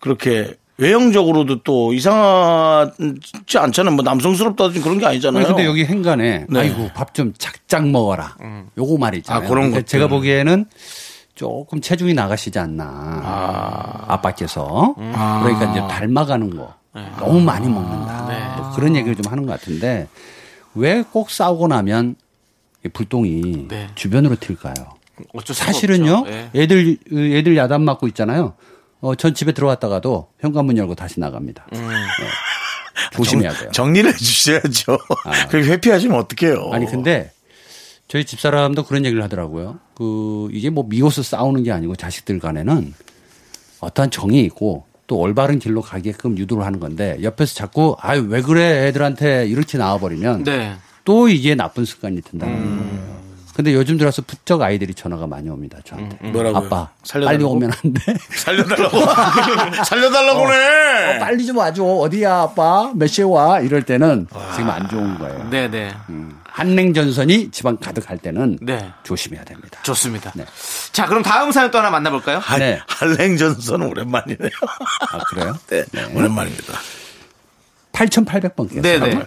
Speaker 3: 그렇게 외형적으로도 또 이상하지 않잖아요. 뭐 남성스럽다든지 그런 게 아니잖아요.
Speaker 7: 근데 여기 행간에
Speaker 3: 네.
Speaker 7: 아이고 밥 좀 작작 먹어라. 요거 말이 있잖아요.
Speaker 3: 아, 그런
Speaker 7: 근데
Speaker 3: 것들.
Speaker 7: 제가 보기에는 조금 체중이 나가시지 않나. 아. 빠께서 그러니까 이제 닮아가는 거. 너무 많이 먹는다. 뭐 그런 얘기를 좀 하는 것 같은데 왜 꼭 싸우고 나면 이 불똥이
Speaker 4: 네.
Speaker 7: 주변으로 튈까요?
Speaker 4: 어쩔 수가
Speaker 7: 사실은요.
Speaker 4: 없죠. 예.
Speaker 7: 애들 애들 야단 맞고 있잖아요. 어, 전 집에 들어왔다가도 현관문 열고 다시 나갑니다. 네. 조심해야 돼요.
Speaker 3: 정리를 해주셔야죠. 그렇게 회피하시면 어떡해요.
Speaker 7: 아니 근데 저희 집사람도 그런 얘기를 하더라고요. 그 이게 뭐 미워서 싸우는 게 아니고 자식들 간에는 어떠한 정이 있고 또 올바른 길로 가게끔 유도를 하는 건데 옆에서 자꾸 아유 왜 그래 애들한테 이렇게 나와버리면
Speaker 4: 네.
Speaker 7: 또 이게 나쁜 습관이 든다는
Speaker 3: 음.
Speaker 7: 거예요. 근데 요즘 들어서 부쩍 아이들이 전화가 많이 옵니다 저한테.
Speaker 3: 음, 뭐라고요?
Speaker 7: 아빠
Speaker 3: 살려달라고?
Speaker 7: 빨리 오면
Speaker 3: <laughs>
Speaker 7: 안 돼. 어.
Speaker 3: 살려달라고. <laughs> 살려달라고네.
Speaker 7: 빨리 좀 와줘. 어디야 아빠? 몇 시에 와? 이럴 때는 지금 안 좋은 거예요.
Speaker 4: 네, 네.
Speaker 7: 한냉전선이 집안 가득할 때는
Speaker 4: 네.
Speaker 7: 조심해야 됩니다.
Speaker 4: 좋습니다. 네. 자, 그럼 다음 사연 또 하나 만나 볼까요?
Speaker 3: 한-
Speaker 7: 네.
Speaker 3: 한랭전선은 오랜만이네요.
Speaker 7: 아, 그래요?
Speaker 3: <laughs> 네, 오랜만입니다.
Speaker 7: 8,800번께서
Speaker 4: 네, 네.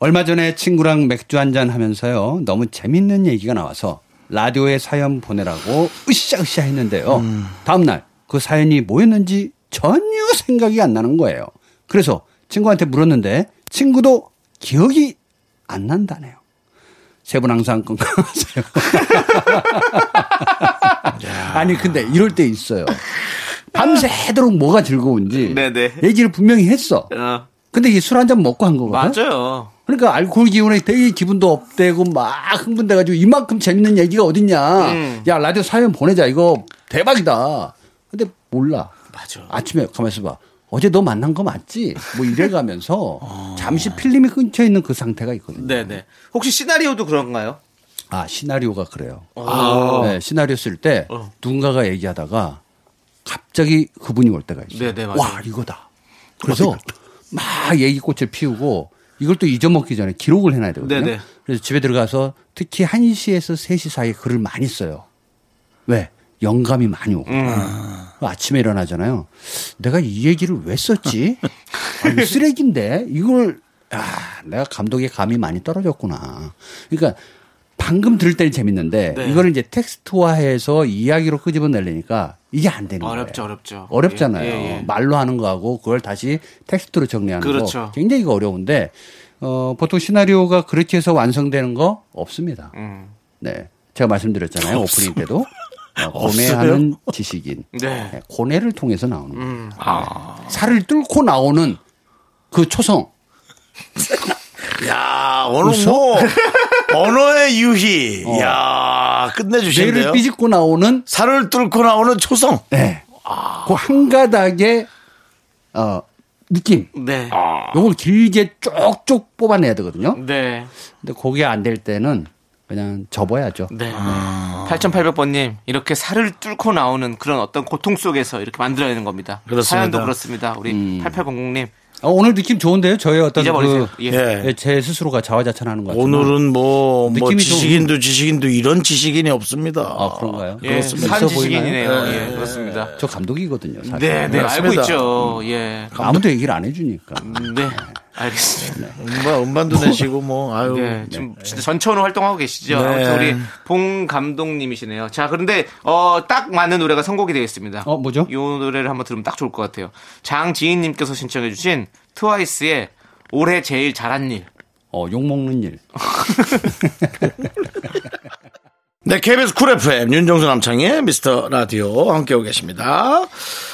Speaker 7: 얼마 전에 친구랑 맥주 한잔 하면서요. 너무 재밌는 얘기가 나와서 라디오에 사연 보내라고 으쌰으쌰 했는데요. 다음 날 그 사연이 뭐였는지 전혀 생각이 안 나는 거예요. 그래서 친구한테 물었는데 친구도 기억이 안 난다네요. 세 분 항상 건강하세요. 아니 근데 이럴 때 있어요. 밤새도록 뭐가 즐거운지
Speaker 4: 네, 네.
Speaker 7: 얘기를 분명히 했어.
Speaker 4: 어.
Speaker 7: 근데 이 술 한 잔 먹고 한 거거든.
Speaker 4: 맞아요.
Speaker 7: 그러니까 알코올 기운에 되게 기분도 업되고 막 흥분돼가지고 이만큼 재밌는 얘기가 어딨냐. 야 라디오 사연 보내자 이거 대박이다. 근데 몰라. 맞아. 아침에 가만히 있어봐. 어제 너 만난 거 맞지? 뭐 이래가면서 <laughs> 잠시 필름이 끊겨 있는 그 상태가 있거든요.
Speaker 4: 네네. 혹시 시나리오도 그런가요?
Speaker 7: 아 시나리오가 그래요.
Speaker 4: 어.
Speaker 7: 네, 시나리오 쓸 때 누군가가 얘기하다가 갑자기 그분이 올 때가 있어요.
Speaker 4: 네, 네, 맞아요. <laughs>
Speaker 7: 와 이거다. 그래서 막 얘기꽃을 피우고 이걸 또 잊어먹기 전에 기록을 해놔야 되거든요.
Speaker 4: 네, 네.
Speaker 7: 그래서 집에 들어가서 특히 1시에서 3시 사이에 글을 많이 써요. 왜? 영감이 많이 오고.
Speaker 4: 음.
Speaker 7: 아침에 일어나잖아요. 내가 이 얘기를 왜 썼지? 아, 이거 쓰레기인데 이걸 아, 내가 감독의 감이 많이 떨어졌구나. 그러니까 방금 들을 때는 재밌는데
Speaker 4: 네.
Speaker 7: 이거를 이제 텍스트화해서 이야기로 끄집어내려니까 이게 안 되는 거예요.
Speaker 4: 어렵죠, 어렵죠.
Speaker 7: 어렵잖아요.
Speaker 4: 예, 예, 예.
Speaker 7: 말로 하는 거하고 그걸 다시 텍스트로 정리하는
Speaker 4: 그렇죠.
Speaker 7: 거 굉장히 어려운데 어, 보통 시나리오가 그렇게 해서 완성되는 거
Speaker 4: 음.
Speaker 7: 없습니다. 네,
Speaker 4: <laughs>
Speaker 7: 제가 말씀드렸잖아요 오프닝 때도 어, 고뇌하는 지식인
Speaker 4: 네. 음. 아.
Speaker 7: 네, 고뇌를 통해서 나오는 거예요. 네. 살을 뚫고 나오는 그 초성
Speaker 3: 야, 오늘 <laughs> 뭐, 언어의 유희. 야
Speaker 7: 뇌를
Speaker 3: 끝내주시는데요.
Speaker 7: 삐집고 나오는
Speaker 3: 살을 뚫고 나오는 초성.
Speaker 7: 네.
Speaker 4: 아.
Speaker 7: 그 한 가닥의 어, 느낌
Speaker 4: 네.
Speaker 7: 요걸 길게 쭉쭉 뽑아내야 되거든요.
Speaker 4: 네.
Speaker 7: 근데 그게 안 될 때는 그냥 접어야죠.
Speaker 4: 네. 8800번님, 이렇게 살을 뚫고 나오는 그런 어떤 고통 속에서 이렇게 만들어내는 겁니다.
Speaker 3: 그렇습니다.
Speaker 4: 사연도 그렇습니다. 우리 8800님,
Speaker 7: 어, 오늘 느낌 좋은데요? 저의 어떤
Speaker 4: 잊어버리세요.
Speaker 7: 그,
Speaker 4: 예.
Speaker 3: 예.
Speaker 7: 예, 제 스스로가 자화자찬하는 것 같아요.
Speaker 3: 오늘은 뭐, 뭐
Speaker 7: 느낌이 좀-
Speaker 3: 지식인도 지식인도 이런 지식인이 없습니다.
Speaker 7: 아 그런가요?
Speaker 4: 예,
Speaker 7: 그렇습니다.
Speaker 4: 산
Speaker 7: 있어 보이나요?
Speaker 4: 지식인이네요. 예, 그렇습니다.
Speaker 7: 저 감독이거든요. 사실.
Speaker 4: 네, 네, 알고
Speaker 3: 맞습니다.
Speaker 4: 있죠. 예.
Speaker 7: 아무도 얘기를 안 해주니까.
Speaker 4: 네. 알겠습니다.
Speaker 3: 음반, 음반도 내시고 뭐, 아유.
Speaker 4: 네, 지금 진짜 전천후 활동하고 계시죠.
Speaker 3: 네.
Speaker 4: 아무튼 우리 봉 감독님이시네요. 자, 그런데 어, 딱 맞는 노래가 선곡이 되겠습니다.
Speaker 7: 어, 뭐죠?
Speaker 4: 이 노래를 한번 들으면 딱 좋을 것 같아요. 장지인님께서 신청해주신 트와이스의 올해 제일 잘한 일.
Speaker 7: 어, 욕 먹는 일.
Speaker 3: 네, KBS 쿨 FM, 윤정수 남창의 미스터 라디오 함께하고 계십니다.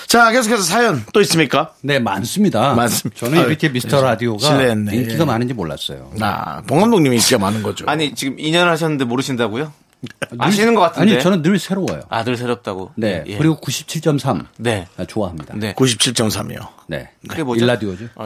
Speaker 3: 자, 계속해서 사연 또 있습니까?
Speaker 7: 네, 많습니다.
Speaker 3: 많습니다.
Speaker 7: 저는
Speaker 4: 아,
Speaker 7: 이렇게 미스터 라디오가
Speaker 3: 실례했네.
Speaker 7: 인기가
Speaker 3: 예.
Speaker 7: 많은지 몰랐어요.
Speaker 3: 나, 봉 감독님이 인기가 많은 거죠.
Speaker 4: 아니 지금 2년 하셨는데 모르신다고요? 아시는 것 같은데.
Speaker 7: 아니, 저는 늘 새로워요.
Speaker 4: 아, 늘 새롭다고.
Speaker 7: 네.
Speaker 4: 예.
Speaker 7: 그리고 97.3.
Speaker 4: 네.
Speaker 7: 아, 좋아합니다.
Speaker 4: 네.
Speaker 3: 97.3이요.
Speaker 7: 네.
Speaker 4: 그게 뭐죠?
Speaker 7: 일라디오죠.
Speaker 4: 아,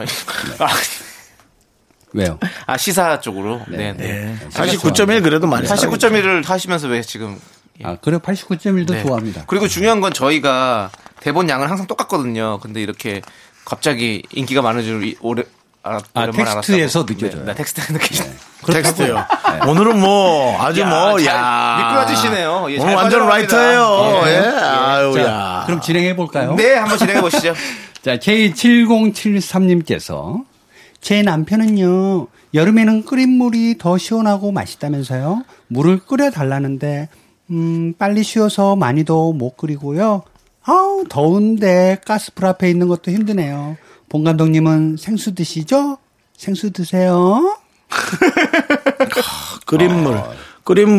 Speaker 7: 왜요?
Speaker 4: 아, 시사 쪽으로. 네. 네.
Speaker 3: 49.1 그래도 많이.
Speaker 4: 89.1을 하시면서 왜 지금
Speaker 7: 아, 그래 89.1도
Speaker 4: 예. 네.
Speaker 7: 좋아합니다.
Speaker 4: 그리고 중요한 건 저희가 대본 양을 항상 똑같거든요. 근데 이렇게 갑자기 인기가 많은 줄 이- 오래 알았,
Speaker 7: 아,
Speaker 4: 오랜만에
Speaker 7: 텍스트에서
Speaker 4: 알았다고.
Speaker 7: 느껴져요.
Speaker 4: 네, 네, 텍스트에서 느껴져요.
Speaker 3: 텍스트요.
Speaker 4: 네.
Speaker 3: 오늘은 뭐, 아주 뭐,
Speaker 4: 잘
Speaker 3: 야.
Speaker 4: 미끄러지시네요. 예,
Speaker 3: 오늘
Speaker 4: 잘
Speaker 3: 완전
Speaker 4: 빠져나갑니다.
Speaker 3: 라이터예요. 예.
Speaker 4: 예.
Speaker 3: 아유,
Speaker 7: 자,
Speaker 3: 야.
Speaker 7: 그럼 진행해 볼까요?
Speaker 4: 네, 한번 진행해 보시죠. <laughs>
Speaker 7: 자, K7073님께서 제 남편은요, 여름에는 끓인 물이 더 시원하고 맛있다면서요? 물을 끓여 달라는데, 음, 빨리 쉬어서 많이도 못 끓이고요. 아우, 더운데 가스불 앞에 있는 것도 힘드네요. 본 감독님은 생수 드시죠? 생수
Speaker 3: <laughs>
Speaker 7: 드세요.
Speaker 3: 아, 끓인물. 끓인물이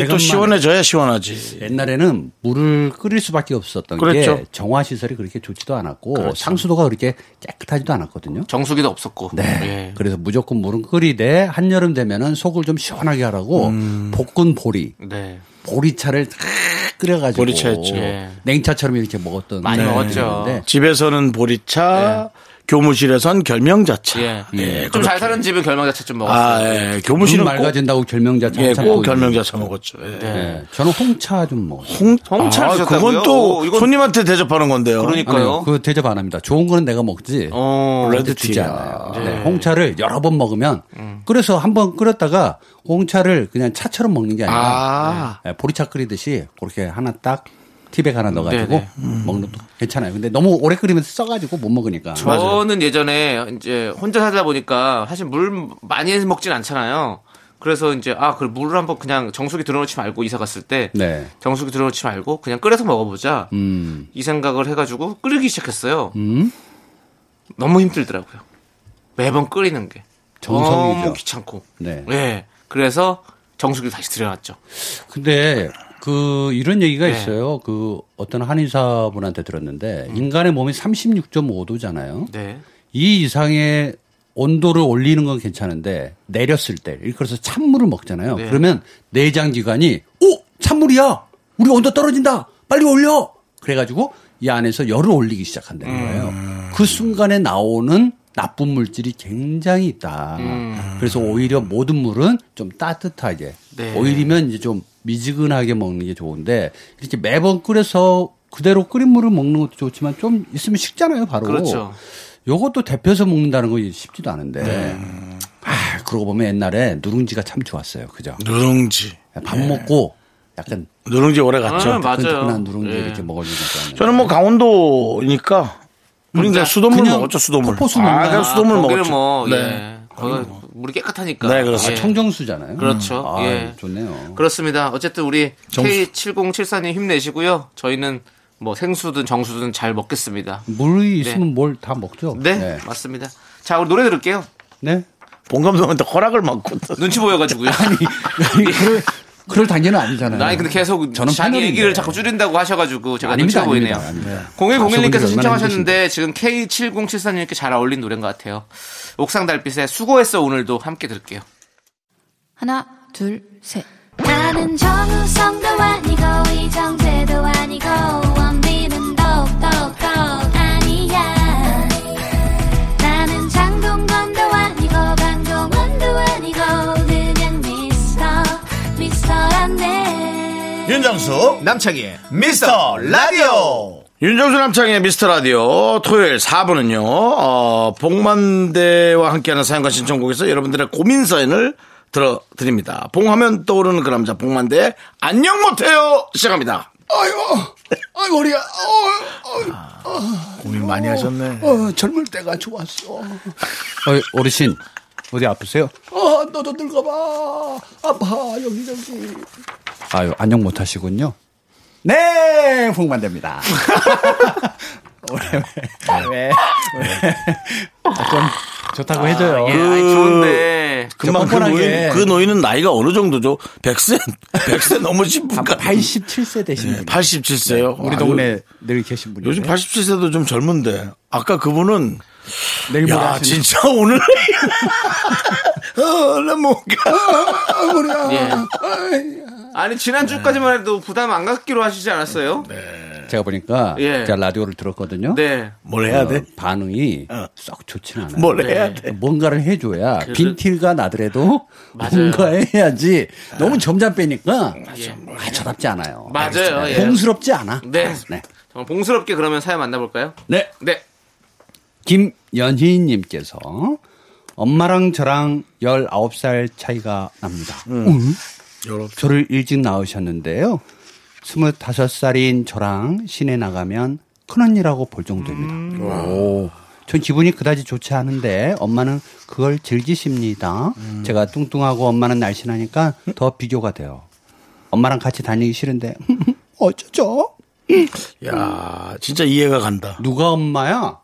Speaker 3: 또
Speaker 7: 오래간만에.
Speaker 3: 시원해져야 시원하지.
Speaker 7: 옛날에는 물을 끓일 수밖에 없었던
Speaker 3: 그렇죠.
Speaker 7: 게 정화 시설이 그렇게 좋지도 않았고 상수도가 그렇게 깨끗하지도 않았거든요.
Speaker 4: 정수기도 없었고.
Speaker 7: 네. 그래서 무조건 물은 끓이되 한여름 되면은 속을 좀 시원하게 하라고 볶은 보리,
Speaker 4: 예. 네.
Speaker 7: 보리차를 다 끓여가지고
Speaker 3: 보리차였죠.
Speaker 4: 예.
Speaker 7: 냉차처럼 이렇게 먹었던
Speaker 4: 많이
Speaker 7: 네.
Speaker 4: 먹었죠.
Speaker 7: 네.
Speaker 3: 집에서는 보리차, 교무실에선 결명자차.
Speaker 4: 네. 예.
Speaker 3: 예,
Speaker 4: 좀 잘 사는 집은 결망 자체 좀 먹었어요. 음,
Speaker 3: 아, 예.
Speaker 7: 눈
Speaker 3: 교무실은 꼭,
Speaker 7: 맑아진다고 결명자차
Speaker 3: 예,
Speaker 7: 한참
Speaker 3: 꼭
Speaker 7: 보이고.
Speaker 3: 결명자차 먹었죠. 예.
Speaker 7: 네. 저는 홍차 좀 먹어요.
Speaker 3: 홍,
Speaker 4: 홍차
Speaker 3: 아,
Speaker 4: 드셨다고요?
Speaker 3: 그건 또
Speaker 4: 오, 이건-
Speaker 3: 손님한테 대접하는 건데요.
Speaker 4: 그러니까요.
Speaker 7: 그 대접 안 합니다. 좋은 거는 내가 먹지.
Speaker 4: 어.
Speaker 3: 레드
Speaker 7: 아, 주지
Speaker 3: 티.
Speaker 7: 않아요. 네, 음. 홍차를 여러 번 먹으면 그래서 한 번 끓였다가 홍차를 그냥 차처럼 먹는 게 아니라
Speaker 3: 아,
Speaker 7: 네, 보리차 끓이듯이 그렇게 하나 딱 티백 하나 넣어가지고
Speaker 4: 네네.
Speaker 7: 먹는 것도 괜찮아요. 근데 너무 오래 끓이면 서 써가지고 못 먹으니까.
Speaker 4: 네. 저는 예전에 이제 혼자 살다 보니까 사실 물 많이 해서 먹진 않잖아요. 그래서 이제 아, 그 물을 한번 그냥 정수기 들어놓지 말고 이사 갔을 때
Speaker 7: 네.
Speaker 4: 정수기 들어놓지 말고 그냥 끓여서 먹어보자
Speaker 7: 음.
Speaker 4: 이 생각을 해가지고 끓이기 시작했어요.
Speaker 3: 음?
Speaker 4: 너무 힘들더라고요. 매번 끓이는 게
Speaker 7: 정성이죠.
Speaker 4: 너무 귀찮고.
Speaker 7: 네.
Speaker 4: 예. 그래서 정수기를 다시 들여놨죠.
Speaker 7: 근데 그 이런 얘기가
Speaker 4: 네.
Speaker 7: 있어요. 그 어떤 음. 한의사분한테 들었는데 인간의 몸이 36.5도잖아요.
Speaker 4: 네.
Speaker 7: 이 이상의 온도를 올리는 건 괜찮은데 내렸을 때 그래서 찬물을 먹잖아요.
Speaker 4: 네.
Speaker 7: 그러면 내장 기관이 오 찬물이야. 우리 온도 떨어진다. 빨리 올려. 그래가지고 이 안에서 열을 올리기 시작한다는
Speaker 4: 음.
Speaker 7: 거예요. 그 순간에 나오는 나쁜 물질이 굉장히 있다.
Speaker 4: 음.
Speaker 7: 그래서 오히려 모든 물은 좀 따뜻하게
Speaker 4: 네.
Speaker 7: 오일이면 이제 좀 미지근하게 먹는 게 좋은데 이렇게 매번 끓여서 그대로 끓인 물을 먹는 것도 좋지만 좀 있으면 식잖아요, 바로.
Speaker 4: 그렇죠.
Speaker 7: 요것도 데펴서 먹는다는 거 쉽지도 않은데.
Speaker 3: 네.
Speaker 7: 아, 그러고 보면 옛날에 누룽지가 참 좋았어요. 그죠? 네,
Speaker 3: 누룽지. 예.
Speaker 7: 밥 먹고 약간
Speaker 3: 누룽지 오래 갔죠.
Speaker 4: 아, 맞아요.
Speaker 7: 뜨끈뜨끈한 누룽지
Speaker 4: 예.
Speaker 7: 이렇게 먹어주니까.
Speaker 3: 저는 뭐
Speaker 4: 그러니까.
Speaker 3: 강원도니까 우리 그냥 수돗물 먹었죠 수돗물.
Speaker 7: 폭포수 먹나?
Speaker 3: 아, 그냥 수돗물
Speaker 4: 아, 거기는
Speaker 3: 먹었죠.
Speaker 4: 뭐,
Speaker 3: 네.
Speaker 4: 예. 거기 물이 깨끗하니까.
Speaker 3: 네, 그렇습니다.
Speaker 4: 예.
Speaker 7: 청정수잖아요.
Speaker 4: 그렇죠.
Speaker 7: 아,
Speaker 4: 예.
Speaker 7: 좋네요.
Speaker 4: 그렇습니다. 어쨌든 우리
Speaker 3: 정수.
Speaker 4: K7074님 힘내시고요. 저희는 뭐 생수든 정수든 잘 먹겠습니다.
Speaker 7: 물이 있으면 뭘 다 먹죠.
Speaker 4: 네,
Speaker 7: 네.
Speaker 4: 맞습니다. 자, 우리 노래 들을게요.
Speaker 7: 네?
Speaker 3: 본 감독한테 허락을 받고.
Speaker 4: <laughs>
Speaker 3: <laughs>
Speaker 4: 눈치 보여가지고요.
Speaker 7: 아니, 그럴, 그럴 단계는 아니잖아요.
Speaker 4: 아니 근데 계속
Speaker 7: 네. 저는
Speaker 4: 자기
Speaker 7: 패널인데.
Speaker 4: 얘기를 자꾸 줄인다고 하셔가지고 제가
Speaker 7: 아닙니다,
Speaker 4: 눈치가 보이네요.
Speaker 7: 아닙니다, 아닙니다.
Speaker 4: 0101님께서
Speaker 7: 아,
Speaker 4: 신청하셨는데 지금 K7074님께 잘 어울린 노래인 것 같아요. 옥상 달빛에 수고했어 오늘도 함께 들을게요.
Speaker 8: 하나, 둘, 셋.
Speaker 5: 나는 정우성도 아니고 이정재도 아니고 원빈은 더욱더 아니야 나는 장동건도 아니고 방종원도 아니고 그냥 미스터 미스터란데
Speaker 3: 윤정수
Speaker 4: 남창희의
Speaker 3: 미스터 라디오. 윤정수 남창의 미스터 라디오 토요일 4부는요. 어, 복만대와 함께하는 사연과 신청곡에서 여러분들의 고민 사연을 들어드립니다. 봉하면 떠오르는 그 남자 복만대 안녕 못해요 시작합니다.
Speaker 7: 아이고, 아이 머리야.
Speaker 3: 고민 많이 하셨네.
Speaker 7: 젊을 때가 좋았어. 어, 르신 어디 아프세요? 아, 너도 늙어봐. 아파, 여기저기. 아유, 안녕 못 하시군요. 네, 풍만됩니다. <laughs> 왜, 왜, 왜. 아, 좀 좋다고 해줘요.
Speaker 4: 예, 아이, 좋은데
Speaker 3: 금방 그
Speaker 7: 뻔뻔하게.
Speaker 3: 노인, 그 노인은 나이가 어느 정도죠? 100세, 100세 넘으신 분 같-
Speaker 7: 87세 되신 분.
Speaker 3: 87세요?
Speaker 7: 우리 동네 늘 계신 분이.
Speaker 3: 요즘 87세도 좀 젊은데. 아까 그분은
Speaker 7: 내일 모레
Speaker 3: 야,
Speaker 7: 하시는
Speaker 3: 진짜 오늘. <laughs> 어, 나 뭔가.
Speaker 4: 예. 아니 지난주까지만 해도 부담 안 갖기로 하시지 않았어요? 네.
Speaker 7: 제가 보니까
Speaker 4: 예.
Speaker 7: 제가 라디오를
Speaker 3: 네.
Speaker 7: 들었거든요.
Speaker 4: 네.
Speaker 3: 뭘 해야
Speaker 7: 어,
Speaker 3: 돼?
Speaker 7: 반응이
Speaker 3: 어.
Speaker 7: 썩 좋진 않아요.
Speaker 3: 뭘
Speaker 4: 네.
Speaker 3: 해야 돼?
Speaker 7: 뭔가를 해줘야
Speaker 4: <laughs>
Speaker 7: 빈티가 나더라도 뭔가 해야지
Speaker 3: 아.
Speaker 7: 너무 점잖 빼니까 아, 저답지 않아요.
Speaker 4: 예. 맞아요. 예.
Speaker 7: 봉스럽지 않아.
Speaker 4: 네.
Speaker 7: 네.
Speaker 4: 정말 봉스럽게 그러면 사연 만나볼까요?
Speaker 7: 네.
Speaker 4: 네.
Speaker 7: 김연희님께서 엄마랑 저랑 19살 차이가 납니다. 음. 저를 일찍 낳으셨는데요. 25살인 저랑 시내 나가면 큰언니라고 볼 정도입니다. 음. 오. 전 기분이 그다지 좋지 않은데 엄마는 그걸 즐기십니다. 제가 뚱뚱하고 엄마는 날씬하니까 더 비교가 돼요. 엄마랑 같이 다니기 싫은데 <laughs> 어쩌죠?
Speaker 3: 야, 진짜 이해가 간다.
Speaker 7: 누가 엄마야?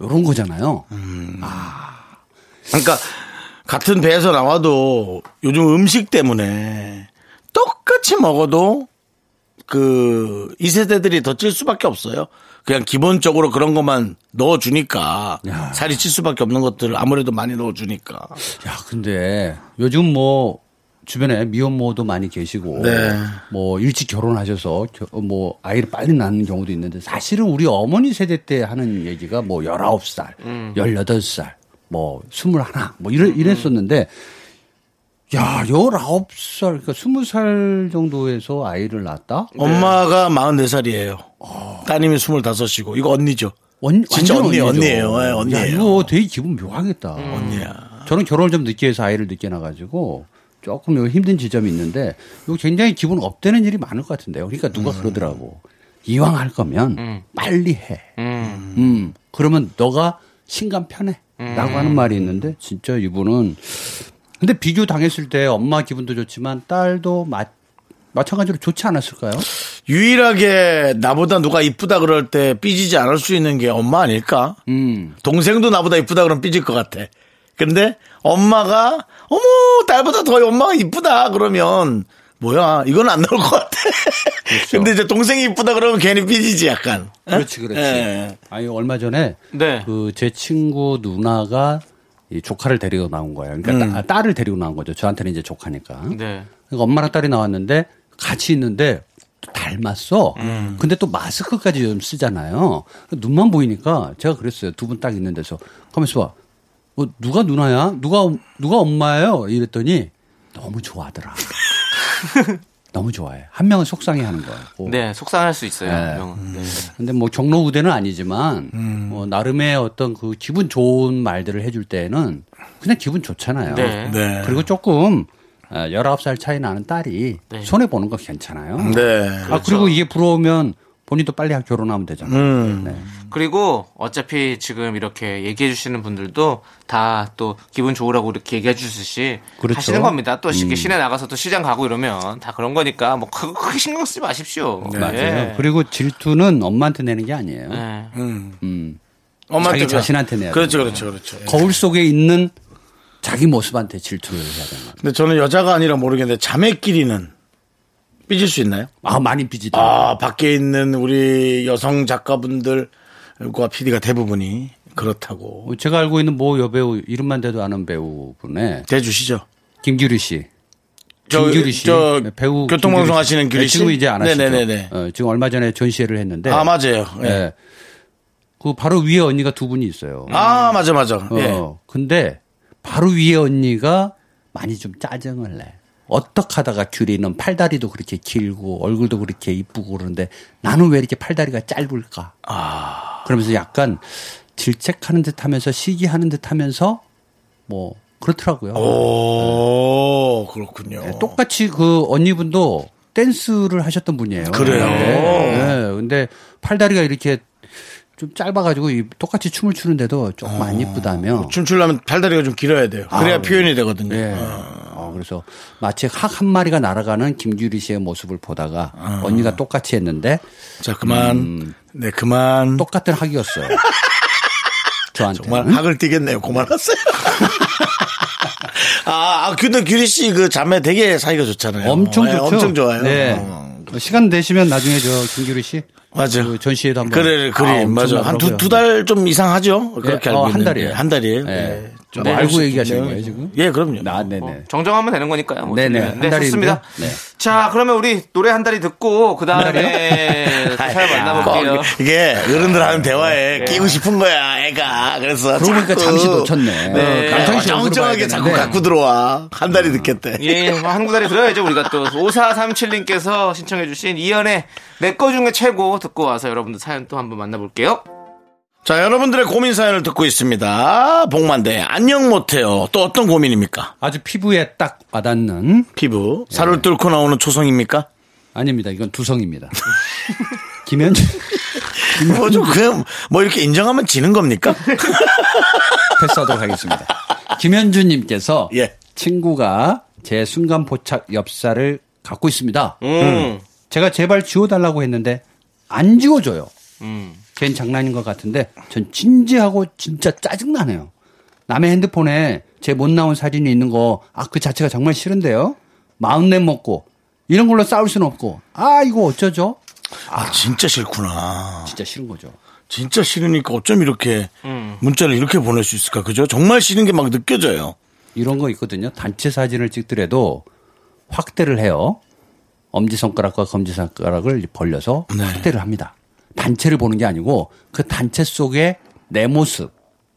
Speaker 7: 요런 거잖아요.
Speaker 3: 그러니까 같은 배에서 나와도 요즘 음식 때문에 똑같이 먹어도 그 2세대들이 더 찔 수밖에 없어요. 그냥 기본적으로 그런 것만 넣어주니까 살이 찔 수밖에 없는 것들을 아무래도 많이 넣어주니까.
Speaker 7: 야, 근데 요즘 뭐 주변에 미혼모도 많이 계시고
Speaker 3: 네.
Speaker 7: 뭐 일찍 결혼하셔서 겨- 뭐 아이를 빨리 낳는 경우도 있는데 사실은 우리 어머니 세대 때 하는 얘기가 뭐 19살, 18살, 뭐 21, 뭐 이래, 이랬었는데 야, 19살, 그러니까 20살 정도에서 아이를 낳았다?
Speaker 4: 네.
Speaker 3: 엄마가 44살이에요. 따님이 25이고 이거 언니죠.
Speaker 7: 언,
Speaker 3: 진짜
Speaker 7: 완전
Speaker 3: 언니,
Speaker 7: 언니죠.
Speaker 3: 언니예요. 예,
Speaker 7: 야,
Speaker 3: 언니예요.
Speaker 7: 이거 되게 기분 묘하겠다.
Speaker 3: 언니야.
Speaker 7: 저는 결혼을 좀 늦게 해서 아이를 늦게 낳아가지고 조금 요 힘든 지점이 있는데 요 굉장히 기분 업되는 일이 많을 것 같은데요. 그러니까 누가
Speaker 3: 음.
Speaker 7: 그러더라고. 이왕 할 거면 빨리 해. 음. 그러면 너가 신감 편해. 라고 하는 말이 있는데 진짜 이분은 근데 비교 당했을 때 엄마 기분도 좋지만 딸도 마, 마찬가지로 좋지 않았을까요?
Speaker 3: 유일하게 나보다 누가 이쁘다 그럴 때 삐지지 않을 수 있는 게 엄마 아닐까?
Speaker 7: 음.
Speaker 3: 동생도 나보다 이쁘다 그러면 삐질 것 같아. 근데 엄마가 어머 딸보다 더 엄마가 이쁘다 그러면 뭐야 이건 안 나올 것 같아. <laughs>
Speaker 7: 그렇죠.
Speaker 3: 근데 이제 동생이 이쁘다 그러면 괜히 삐지지 약간. 어?
Speaker 4: 예,
Speaker 7: 그렇지, 그렇지.
Speaker 3: 예.
Speaker 7: 아니, 얼마 전에
Speaker 4: 네.
Speaker 7: 그 제 친구 누나가 이 조카를 데리고 나온 거예요. 그러니까 따- 딸을 데리고 나온 거죠. 저한테는 이제 조카니까.
Speaker 4: 음. 네.
Speaker 7: 그러니까 엄마랑 딸이 나왔는데 같이 있는데 또 닮았어.
Speaker 4: 음.
Speaker 7: 근데 또 마스크까지 좀 쓰잖아요. 눈만 보이니까 제가 그랬어요. 두 분 딱 있는 데서 가만있어 봐. 어, 누가 누나야? 누가 엄- 누가 엄마예요? 이랬더니 너무
Speaker 4: <laughs>
Speaker 7: 좋아하더라. 너무 좋아해. 한 명은 속상해하는 거야. 어. 고
Speaker 4: 네, 속상할 수 있어요.
Speaker 7: 네.
Speaker 4: 명은. 네.
Speaker 7: 근데 뭐 경로 우대는 아니지만 어, 나름의 어떤 그 기분 좋은 말들을 해줄 때는 그냥 기분 좋잖아요.
Speaker 4: 네.
Speaker 3: 네.
Speaker 7: 그리고 조금 어, 19살 차이 나는 딸이
Speaker 4: 네.
Speaker 7: 손해 보는 거 괜찮아요.
Speaker 3: 네.
Speaker 7: 아 그리고 이게 부러우면 본인도 빨리 결혼하면 되잖아요. 네.
Speaker 4: 그리고 어차피 지금 이렇게 얘기해 주시는 분들도 다 또 기분 좋으라고 이렇게 얘기해 주듯이
Speaker 7: 그렇죠.
Speaker 4: 하시는 겁니다. 또 쉽게
Speaker 7: 음.
Speaker 4: 시내 나가서 또 시장 가고 이러면 다 그런 거니까 뭐 그거 크게 신경 쓰지 마십시오. 네.
Speaker 7: 맞아요. 그리고 질투는 엄마한테 내는 게 아니에요.
Speaker 4: 네.
Speaker 3: 엄마한테 그래.
Speaker 7: 자기 자신한테 내야
Speaker 3: 그렇죠, 그렇죠, 그렇죠. 예.
Speaker 7: 거울 속에 있는 자기 모습한테 질투를 해야 되는 거예요.
Speaker 3: 근데 저는 여자가 아니라 모르겠는데 자매끼리는 삐질 수 있나요?
Speaker 7: 아 많이 삐지다.
Speaker 3: 아, 밖에 있는 우리 여성 작가분들과 PD가 대부분이 그렇다고
Speaker 7: 어, 제가 알고 있는 모 여배우 이름만 대도 아는 배우분의
Speaker 3: 대주시죠.
Speaker 7: 김규리 씨.
Speaker 3: 저-
Speaker 7: 김규리 씨.
Speaker 3: 저
Speaker 7: 네, 배우
Speaker 3: 교통방송
Speaker 7: 김규리 씨.
Speaker 3: 하시는 규리
Speaker 7: 네, 지금
Speaker 3: 씨?
Speaker 7: 이제 안 하시죠.
Speaker 3: 네네네네.
Speaker 7: 어, 지금 얼마 전에 전시회를 했는데
Speaker 3: 아, 맞아요. 예.
Speaker 7: 예. 그 바로 위에 언니가 두 분이 있어요.
Speaker 3: 아, 맞아, 맞아.
Speaker 7: 음. 어,
Speaker 3: 예.
Speaker 7: 근데 바로 위에 언니가 많이 좀 짜증을 내. 어떡하다가 규리는 팔다리도 그렇게 길고 얼굴도 그렇게 이쁘고 그러는데 나는 왜 이렇게 팔다리가 짧을까?
Speaker 3: 아.
Speaker 7: 그러면서 약간 질책하는 듯 하면서 시기하는 듯 하면서 뭐 그렇더라고요.
Speaker 3: 오, 그렇군요.
Speaker 7: 네, 똑같이 그 언니분도 댄스를 하셨던 분이에요.
Speaker 3: 그래요?
Speaker 7: 네. 네, 근데 팔다리가 이렇게 좀 짧아가지고 이- 똑같이 춤을 추는데도 조금
Speaker 3: 아,
Speaker 7: 안 이쁘다며.
Speaker 3: 춤추려면 팔다리가 좀 길어야 돼요. 그래야
Speaker 7: 아,
Speaker 3: 표현이 되거든요.
Speaker 7: 예.
Speaker 3: 아.
Speaker 7: 어, 그래서 마치 학 한 마리가 날아가는 김규리 씨의 모습을 보다가
Speaker 3: 아.
Speaker 7: 언니가 똑같이 했는데
Speaker 3: 자, 그만. 네, 그만.
Speaker 7: 음.
Speaker 3: <laughs>
Speaker 7: 똑같은 학이었어요. 저한테.
Speaker 3: 정말 학을 뛰겠네요. 고만하세요. <laughs> 아, 아, 근데 규리 씨 그 자매 되게 사이가 좋잖아요.
Speaker 7: 네, 엄청
Speaker 3: 예,
Speaker 7: 좋죠.
Speaker 3: 엄청 좋아요.
Speaker 7: 네.
Speaker 3: 어.
Speaker 7: 시간 되시면 나중에 저 김규리 씨
Speaker 3: 맞아.
Speaker 7: 그 전시회도 한번
Speaker 3: 그래, 그림.
Speaker 7: 아,
Speaker 3: 맞아. 한 두,
Speaker 7: 엄청나더라고요.
Speaker 3: 두 달 좀 이상하죠? 그렇게
Speaker 7: 예,
Speaker 3: 알고
Speaker 7: 어,
Speaker 3: 있는데.
Speaker 7: 한 달이에요.
Speaker 3: 한 달이에요.
Speaker 7: 예.
Speaker 3: 예. 좀
Speaker 7: 네,
Speaker 3: 알수
Speaker 7: 알고
Speaker 3: 있겠네요.
Speaker 7: 얘기하시는 거예요, 지금?
Speaker 3: 예, 그럼요.
Speaker 7: 아, 네네.
Speaker 4: 정정하면 되는 거니까요. 뭐
Speaker 7: 네네,
Speaker 4: 어떻게.
Speaker 7: 한
Speaker 4: 네,
Speaker 7: 달인데요.
Speaker 4: 좋습니다.
Speaker 7: 네.
Speaker 4: 자, 그러면 우리 노래 한 다리 듣고 그 다음에
Speaker 7: 아,
Speaker 4: 사연 만나볼게요. 네.
Speaker 3: 꼭 어, 이게 어른들 하는 대화에 끼고 싶은 거야, 애가. 그래서.
Speaker 7: 그러니까
Speaker 3: 아, 자꾸
Speaker 7: 잠시 놓쳤네. 어,
Speaker 4: 네.
Speaker 7: 감탄 씨 얼굴을 봐야
Speaker 3: 쩡쩡하게 자꾸
Speaker 7: 되는데.
Speaker 3: 갖고 들어와. 한 달이 늦겠대.
Speaker 4: 예, 뭐 한국 다리 들어야죠. 우리가 또 5437님께서 신청해주신 이연의 내 거 중에 최고 듣고 와서 여러분들 사연 또 한번 만나볼게요.
Speaker 3: 자, 여러분들의 고민 사연을 듣고 있습니다. 복만대, 안녕 못해요. 또 어떤 고민입니까?
Speaker 7: 아주 피부에 딱 와닿는
Speaker 3: 피부. 살을 뚫고 나오는 초성입니까?
Speaker 7: 아닙니다. 이건
Speaker 3: <laughs>
Speaker 7: 두성입니다. 김현준 음.
Speaker 3: 뭐 좀, 그냥, 뭐 이렇게 인정하면 지는 겁니까?
Speaker 7: 패스하도록 하겠습니다. 김현준님께서
Speaker 3: 예.
Speaker 7: 친구가 제 순간 포착 엽사를 갖고 있습니다.
Speaker 4: 음.
Speaker 7: 제가 제발 지워달라고 했는데 안 지워줘요.
Speaker 4: 음.
Speaker 7: 걘 장난인 것 같은데 전 진지하고 진짜 짜증나네요. 남의 핸드폰에 제 못 나온 사진이 있는 거, 아, 그 자체가 정말 싫은데요? 마음내 먹고, 이런 걸로 싸울 순 없고, 아, 이거 어쩌죠?
Speaker 3: 아, 진짜 싫구나.
Speaker 7: 진짜 싫은 거죠.
Speaker 3: 진짜 싫으니까 어쩜 이렇게
Speaker 4: 음.
Speaker 3: 문자를 이렇게 보낼 수 있을까? 그죠? 정말 싫은 게 막 느껴져요.
Speaker 7: 이런 거 있거든요. 단체 사진을 찍더라도 확대를 해요. 엄지손가락과 검지손가락을 벌려서
Speaker 3: 네.
Speaker 7: 확대를 합니다. 단체를 보는 게 아니고 그 단체 속에 내 모습.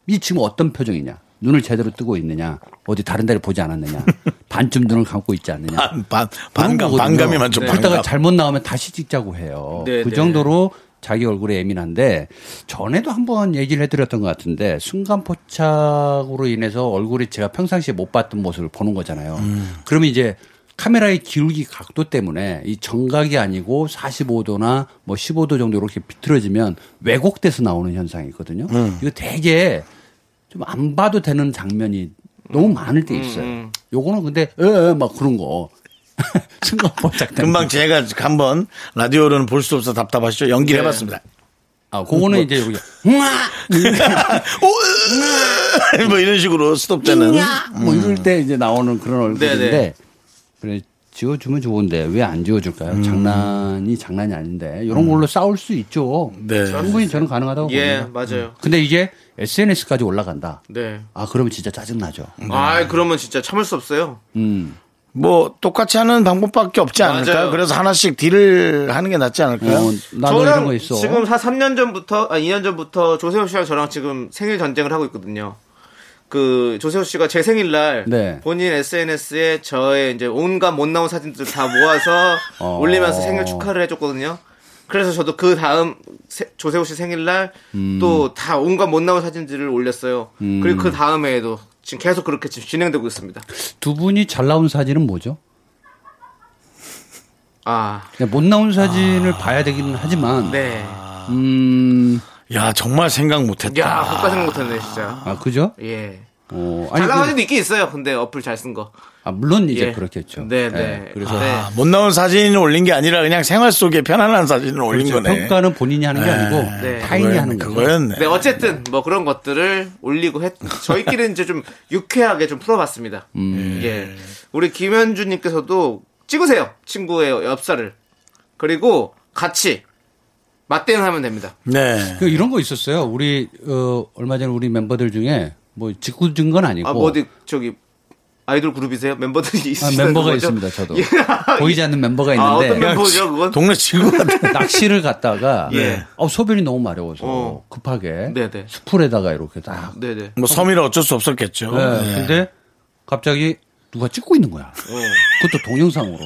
Speaker 7: 이 지금 어떤 표정이냐. 눈을 제대로 뜨고 있느냐. 어디 다른 데를 보지 않았느냐. <laughs> 반쯤 눈을 감고 있지 않느냐.
Speaker 3: 반, 반,
Speaker 7: 그런
Speaker 3: 아, 반감,
Speaker 7: 거거든요.
Speaker 3: 반감이 많죠.
Speaker 7: 네.
Speaker 3: 반감.
Speaker 7: 그러다가 잘못 나오면 다시 찍자고 해요.
Speaker 4: 네,
Speaker 7: 그
Speaker 4: 네.
Speaker 7: 정도로 자기 얼굴에 예민한데 전에도 한번 얘기를 해드렸던 것 같은데 순간 포착으로 인해서 얼굴이 제가 평상시에 못 봤던 모습을 보는 거잖아요.
Speaker 4: 음.
Speaker 7: 그러면 이제 카메라의 기울기 각도 때문에 이 정각이 아니고 45도나 뭐 15도 정도 이렇게 비틀어지면 왜곡돼서 나오는 현상이 있거든요.
Speaker 4: 음.
Speaker 7: 이거 되게 좀 안 봐도 되는 장면이 너무 많을
Speaker 4: 음,
Speaker 7: 때 있어요. 요거는 근데 에막 그런 거 <laughs> 순간 포착.
Speaker 3: 금방 제가 한번 라디오로는 볼 수 없어 답답하시죠?
Speaker 7: 네.
Speaker 3: 연기를 해봤습니다.
Speaker 7: 아, 그거는 이제 여기 우와!
Speaker 3: 오, 으, <laughs> 뭐 이런 식으로 스톱되는.
Speaker 7: 뭐 이럴 때 이제 나오는 그런 얼굴인데
Speaker 4: 음. 네, 네네.
Speaker 7: 그래 지워주면 좋은데 왜 안 지워줄까요?
Speaker 4: 음.
Speaker 7: 장난이 장난이 아닌데 이런 걸로 싸울 수 있죠.
Speaker 3: 네.
Speaker 7: 충분히 저는 가능하다고
Speaker 4: 예,
Speaker 7: 봅니다.
Speaker 4: 맞아요.
Speaker 7: 근데 이게 SNS까지 올라간다.
Speaker 4: 네.
Speaker 7: 아 그러면 진짜 짜증 나죠.
Speaker 4: 아, 그러면 진짜 참을 수 없어요.
Speaker 7: 음.
Speaker 3: 뭐 똑같이 하는 방법밖에 없지 않을까요?
Speaker 4: 맞아요.
Speaker 3: 그래서 하나씩 딜을 하는 게 낫지 않을까요?
Speaker 7: 어, 나도 이런
Speaker 4: 저랑
Speaker 7: 거 있어.
Speaker 4: 지금 한 3년 전부터 아 2년 전부터 조세호 씨랑 저랑 지금 생일 전쟁을 하고 있거든요. 그 조세호 씨가 제 생일날
Speaker 7: 네.
Speaker 4: 본인 SNS에 저의 이제 온갖 못 나온 사진들 다 모아서
Speaker 7: <laughs> 어.
Speaker 4: 올리면서 생일 축하를 해줬거든요. 그래서 저도 그 다음 세- 조세호 씨 생일날
Speaker 7: 음.
Speaker 4: 또 다 온갖 못 나온 사진들을 올렸어요. 그리고 그 다음에도 지금 계속 그렇게 지금 진행되고 있습니다.
Speaker 7: 두 분이 잘 나온 사진은 뭐죠?
Speaker 4: 아,
Speaker 7: 그냥 못 나온 사진을 봐야 되기는 하지만
Speaker 4: 네.
Speaker 7: 아, 음.
Speaker 3: 야 정말 생각 못했다.
Speaker 4: 야, 그까 생각 못했네, 진짜.
Speaker 7: 아 그죠?
Speaker 4: 예.
Speaker 7: 어, 아. 아니,
Speaker 4: 잘 나온
Speaker 7: 그-
Speaker 4: 사진도 있긴 있어요. 근데 어플 잘 쓴 거.
Speaker 7: 아, 물론 이제
Speaker 4: 예.
Speaker 7: 그렇겠죠.
Speaker 4: 네,
Speaker 7: 예,
Speaker 4: 네.
Speaker 7: 그래서
Speaker 3: 아, 못 나온 사진을 올린 게 아니라 그냥 생활 속에 편안한 사진을 올린
Speaker 7: 그렇죠.
Speaker 3: 거네.
Speaker 7: 평가는 본인이 하는 게 아니고
Speaker 4: 네.
Speaker 7: 타인이 하는 거죠.
Speaker 3: 그거였네.
Speaker 4: 네, 어쨌든 뭐 그런 것들을 올리고 했. 저희끼리는 이제 좀 유쾌하게 좀 풀어봤습니다.
Speaker 7: 음.
Speaker 3: 네.
Speaker 4: 예, 우리 김현주님께서도 찍으세요 친구의 엽사를 그리고 같이 맞대응하면 됩니다.
Speaker 3: 네.
Speaker 7: 그 이런 거 있었어요. 우리 어, 얼마 전에 우리 멤버들 중에 뭐 직구준 건 아니고
Speaker 4: 아, 뭐 어디 저기 아이돌 그룹이세요? 멤버들이
Speaker 7: 아,
Speaker 4: 있으시죠? 예.
Speaker 7: 멤버가 있습니다. 저도
Speaker 4: <laughs>
Speaker 7: 보이지 않는 멤버가
Speaker 4: 아, 어떤
Speaker 7: 있는데
Speaker 4: 멤버죠 그건?
Speaker 3: 동네 친구 같아.
Speaker 7: <laughs> 낚시를 갔다가
Speaker 4: 예.
Speaker 7: 어, 소변이 너무 마려워서
Speaker 4: 어.
Speaker 7: 급하게
Speaker 4: 네네.
Speaker 7: 수풀에다가 이렇게 딱.
Speaker 4: 네네.
Speaker 3: 뭐 섬이라 어쩔 수 없었겠죠.
Speaker 7: 예,
Speaker 4: 네.
Speaker 7: 근데 갑자기 누가 찍고 있는 거야.
Speaker 4: 어.
Speaker 7: 그것도 동영상으로.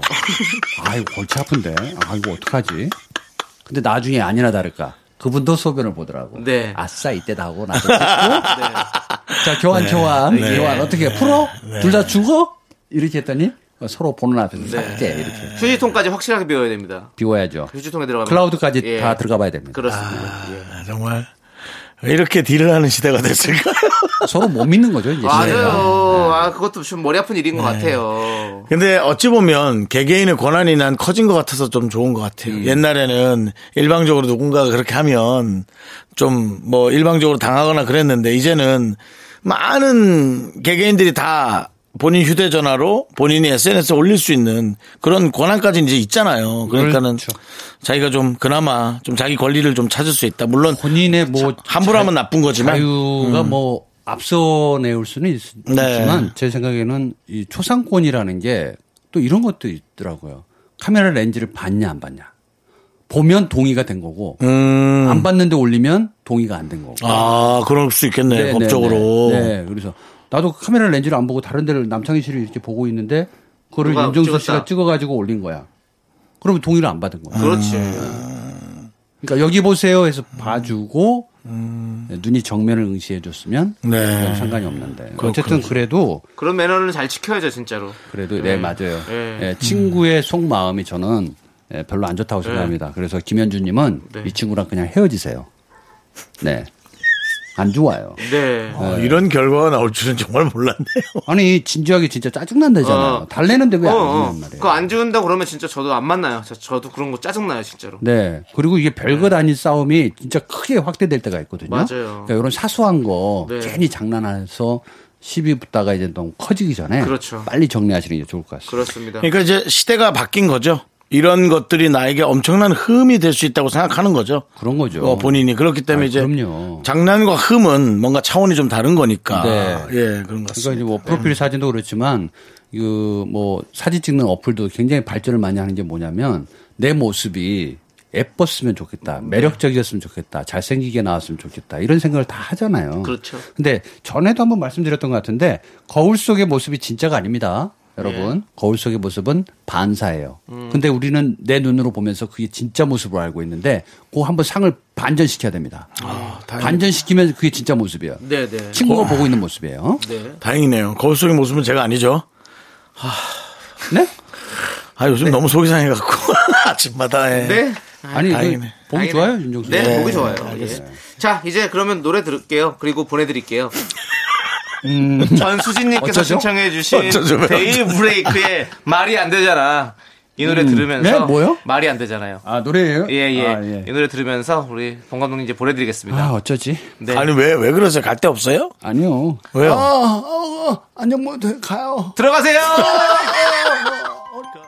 Speaker 7: 아이고 골치 아픈데. 아이고 어떡하지? 근데 나중에 아니나 다를까. 그분도 소변을 보더라고.
Speaker 4: 네.
Speaker 7: 아싸 이때다 하고 나도 찍고. 자 교환
Speaker 4: 네.
Speaker 7: 교환 교환 어떻게 풀어? 둘 다 죽어? 이렇게 했더니 서로 보는
Speaker 4: 네.
Speaker 7: 앞에서 삭제 이렇게
Speaker 4: 휴지통까지 확실하게 비워야 됩니다.
Speaker 7: 비워야죠.
Speaker 4: 휴지통에 들어가면
Speaker 7: 클라우드까지
Speaker 4: 그렇죠. 예.
Speaker 7: 다 들어가 봐야 됩니다.
Speaker 4: 그렇습니다. 예.
Speaker 3: 아, 정말 왜 이렇게 딜을 하는 시대가 됐을까? <laughs>
Speaker 7: 서로 못 믿는 거죠 이제. 시대가.
Speaker 4: 맞아요. 아 그것도 좀 머리 아픈 일인 것
Speaker 7: 네.
Speaker 4: 같아요.
Speaker 3: 근데 어찌 보면 개개인의 권한이 난 커진 것 같아서 좀 좋은 것 같아요.
Speaker 7: 음.
Speaker 3: 옛날에는 일방적으로 누군가가 그렇게 하면 좀 뭐 일방적으로 당하거나 그랬는데 이제는 많은 개개인들이 다 본인 휴대전화로 본인이 SNS에 올릴 수 있는 그런 권한까지 이제 있잖아요. 그러니까는
Speaker 7: 그렇죠.
Speaker 3: 자기가 좀 그나마 좀 자기 권리를 좀 찾을 수 있다. 물론
Speaker 7: 본인의 뭐
Speaker 3: 함부로 하면 나쁜 거지만 음.
Speaker 7: 자유가 뭐 앞서 내올 수는 있, 지만
Speaker 3: 네.
Speaker 7: 제 생각에는 이 초상권이라는 게 또 이런 것도 있더라고요. 카메라 렌즈를 봤냐 안 봤냐. 보면 동의가 된 거고 안 봤는데 올리면 동의가 안 된 거고.
Speaker 3: 음. 아 그럴 수 있겠네
Speaker 7: 네,
Speaker 3: 법적으로.
Speaker 7: 네, 네. 네, 그래서 나도 카메라 렌즈를 안 보고 다른 데를 남창희 씨를 이렇게 보고 있는데 그거를
Speaker 4: 누가
Speaker 7: 윤정수
Speaker 4: 찍었다.
Speaker 7: 씨가 찍어가지고 올린 거야. 그러면 동의를 안 받은 거야.
Speaker 4: 그렇지.
Speaker 7: 그러니까 여기 보세요 해서 봐주고 네, 눈이 정면을 응시해줬으면
Speaker 3: 네.
Speaker 7: 그건 상관이 없는데 어쨌든 그래도
Speaker 4: 그런 매너는 잘 지켜야죠, 진짜로.
Speaker 7: 그래도 네 맞아요.
Speaker 4: 네.
Speaker 7: 예, 친구의 속 마음이 저는 예, 별로 안 좋다고 생각합니다. 그래서 김현주님은
Speaker 4: 네.
Speaker 7: 이 친구랑 그냥 헤어지세요. 네. 안 좋아요.
Speaker 4: 네.
Speaker 3: 어, 이런 결과가 나올 줄은 정말 몰랐네요.
Speaker 7: 아니 진지하게 진짜 짜증난다잖아요.
Speaker 4: 어.
Speaker 7: 달래는데
Speaker 4: 어,
Speaker 7: 왜 안
Speaker 4: 어.
Speaker 7: 주냔 말이에요.
Speaker 4: 그거 안 지운다 그러면 진짜 저도 안 만나요. 저, 저도 그런 거 짜증나요, 진짜로.
Speaker 7: 네. 그리고 이게 별것 아닌 싸움이 진짜 크게 확대될 때가 있거든요.
Speaker 4: 맞아요.
Speaker 7: 그러니까 이런 사소한 거
Speaker 4: 네.
Speaker 7: 괜히 장난해서 시비 붙다가 이제 너무 커지기 전에
Speaker 4: 그렇죠.
Speaker 7: 빨리 정리하시는 게 좋을 것 같습니다.
Speaker 4: 그렇습니다.
Speaker 3: 그러니까 이제 시대가 바뀐 거죠. 이런 것들이 나에게 엄청난 흠이 될 수 있다고 생각하는 거죠.
Speaker 7: 그런 거죠.
Speaker 3: 어, 본인이 그렇기 때문에
Speaker 7: 아,
Speaker 3: 이제
Speaker 7: 그럼요.
Speaker 3: 장난과 흠은 뭔가 차원이 좀 다른 거니까.
Speaker 7: 네.
Speaker 3: 예, 그런 것
Speaker 7: 그러니까
Speaker 3: 같습니다.
Speaker 7: 이제 뭐 프로필 사진도 그렇지만 그 뭐 사진 찍는 어플도 굉장히 발전을 많이 하는 게 뭐냐면 내 모습이 예뻤으면 좋겠다, 매력적이었으면 좋겠다, 잘생기게 나왔으면 좋겠다 이런 생각을 다 하잖아요.
Speaker 4: 그렇죠.
Speaker 7: 근데 전에도 한번 말씀드렸던 것 같은데 거울 속의 모습이 진짜가 아닙니다. 여러분 거울 속의 모습은 반사예요. 근데 우리는 내 눈으로 보면서 그게 진짜 모습으로 알고 있는데 그 한번 상을 반전시켜야 됩니다. 반전시키면 그게 진짜 모습이에요.
Speaker 4: 네, 네.
Speaker 7: 친구가 보고 있는 모습이에요.
Speaker 4: 네.
Speaker 3: 다행이네요. 거울 속의 모습은 제가 아니죠.
Speaker 7: 네?
Speaker 3: 아, 요즘 너무 속이 상해갖고. <laughs> 아침마다. 예.
Speaker 4: 네.
Speaker 7: 아니, 그
Speaker 3: 다행이네.
Speaker 7: 보기
Speaker 4: 다행이네요.
Speaker 7: 좋아요, 윤정수.
Speaker 4: 네, 보기 좋아요. 알겠습니다. 자, 이제 그러면 노래 들을게요. 그리고 보내드릴게요. 전수진님께서
Speaker 7: 음. 어쩌죠?
Speaker 4: 신청해주신
Speaker 3: 어쩌죠? 왜
Speaker 4: 데이 브레이크의 말이 안 되잖아. 이 노래 들으면서
Speaker 7: 네? 뭐요?
Speaker 4: 말이 안 되잖아요.
Speaker 7: 아, 노래예요?
Speaker 4: 예, 예.
Speaker 7: 아,
Speaker 4: 이 노래 들으면서 우리 봉 감독님 이제 보내드리겠습니다.
Speaker 7: 아, 어쩌지?
Speaker 4: 네.
Speaker 3: 아니, 왜, 왜 그러세요? 갈 데 없어요?
Speaker 7: 아니요.
Speaker 3: 왜요?
Speaker 7: 어, 어, 안녕 못 가요.
Speaker 4: 들어가세요!
Speaker 1: 겁니까?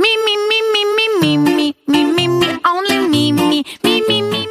Speaker 8: Me, me, me, me, me, me, me, me, me, me, only me, me, me, me, me.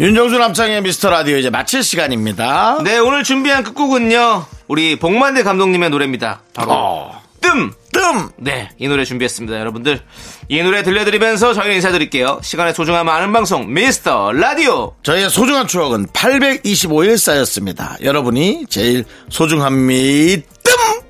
Speaker 3: 윤정수 남창의 미스터 라디오 이제 마칠 시간입니다.
Speaker 4: 네 오늘 준비한 끝곡은요 우리 복만대 감독님의 노래입니다 바로 뜸
Speaker 3: 뜸!
Speaker 4: 네, 이 노래 준비했습니다, 여러분들. 이 노래 들려드리면서 저희는 인사드릴게요. 시간의 소중함 아는 방송, 미스터 라디오!
Speaker 3: 저희의 소중한 추억은 825일 쌓였습니다. 여러분이 제일 소중합니다. 뜸!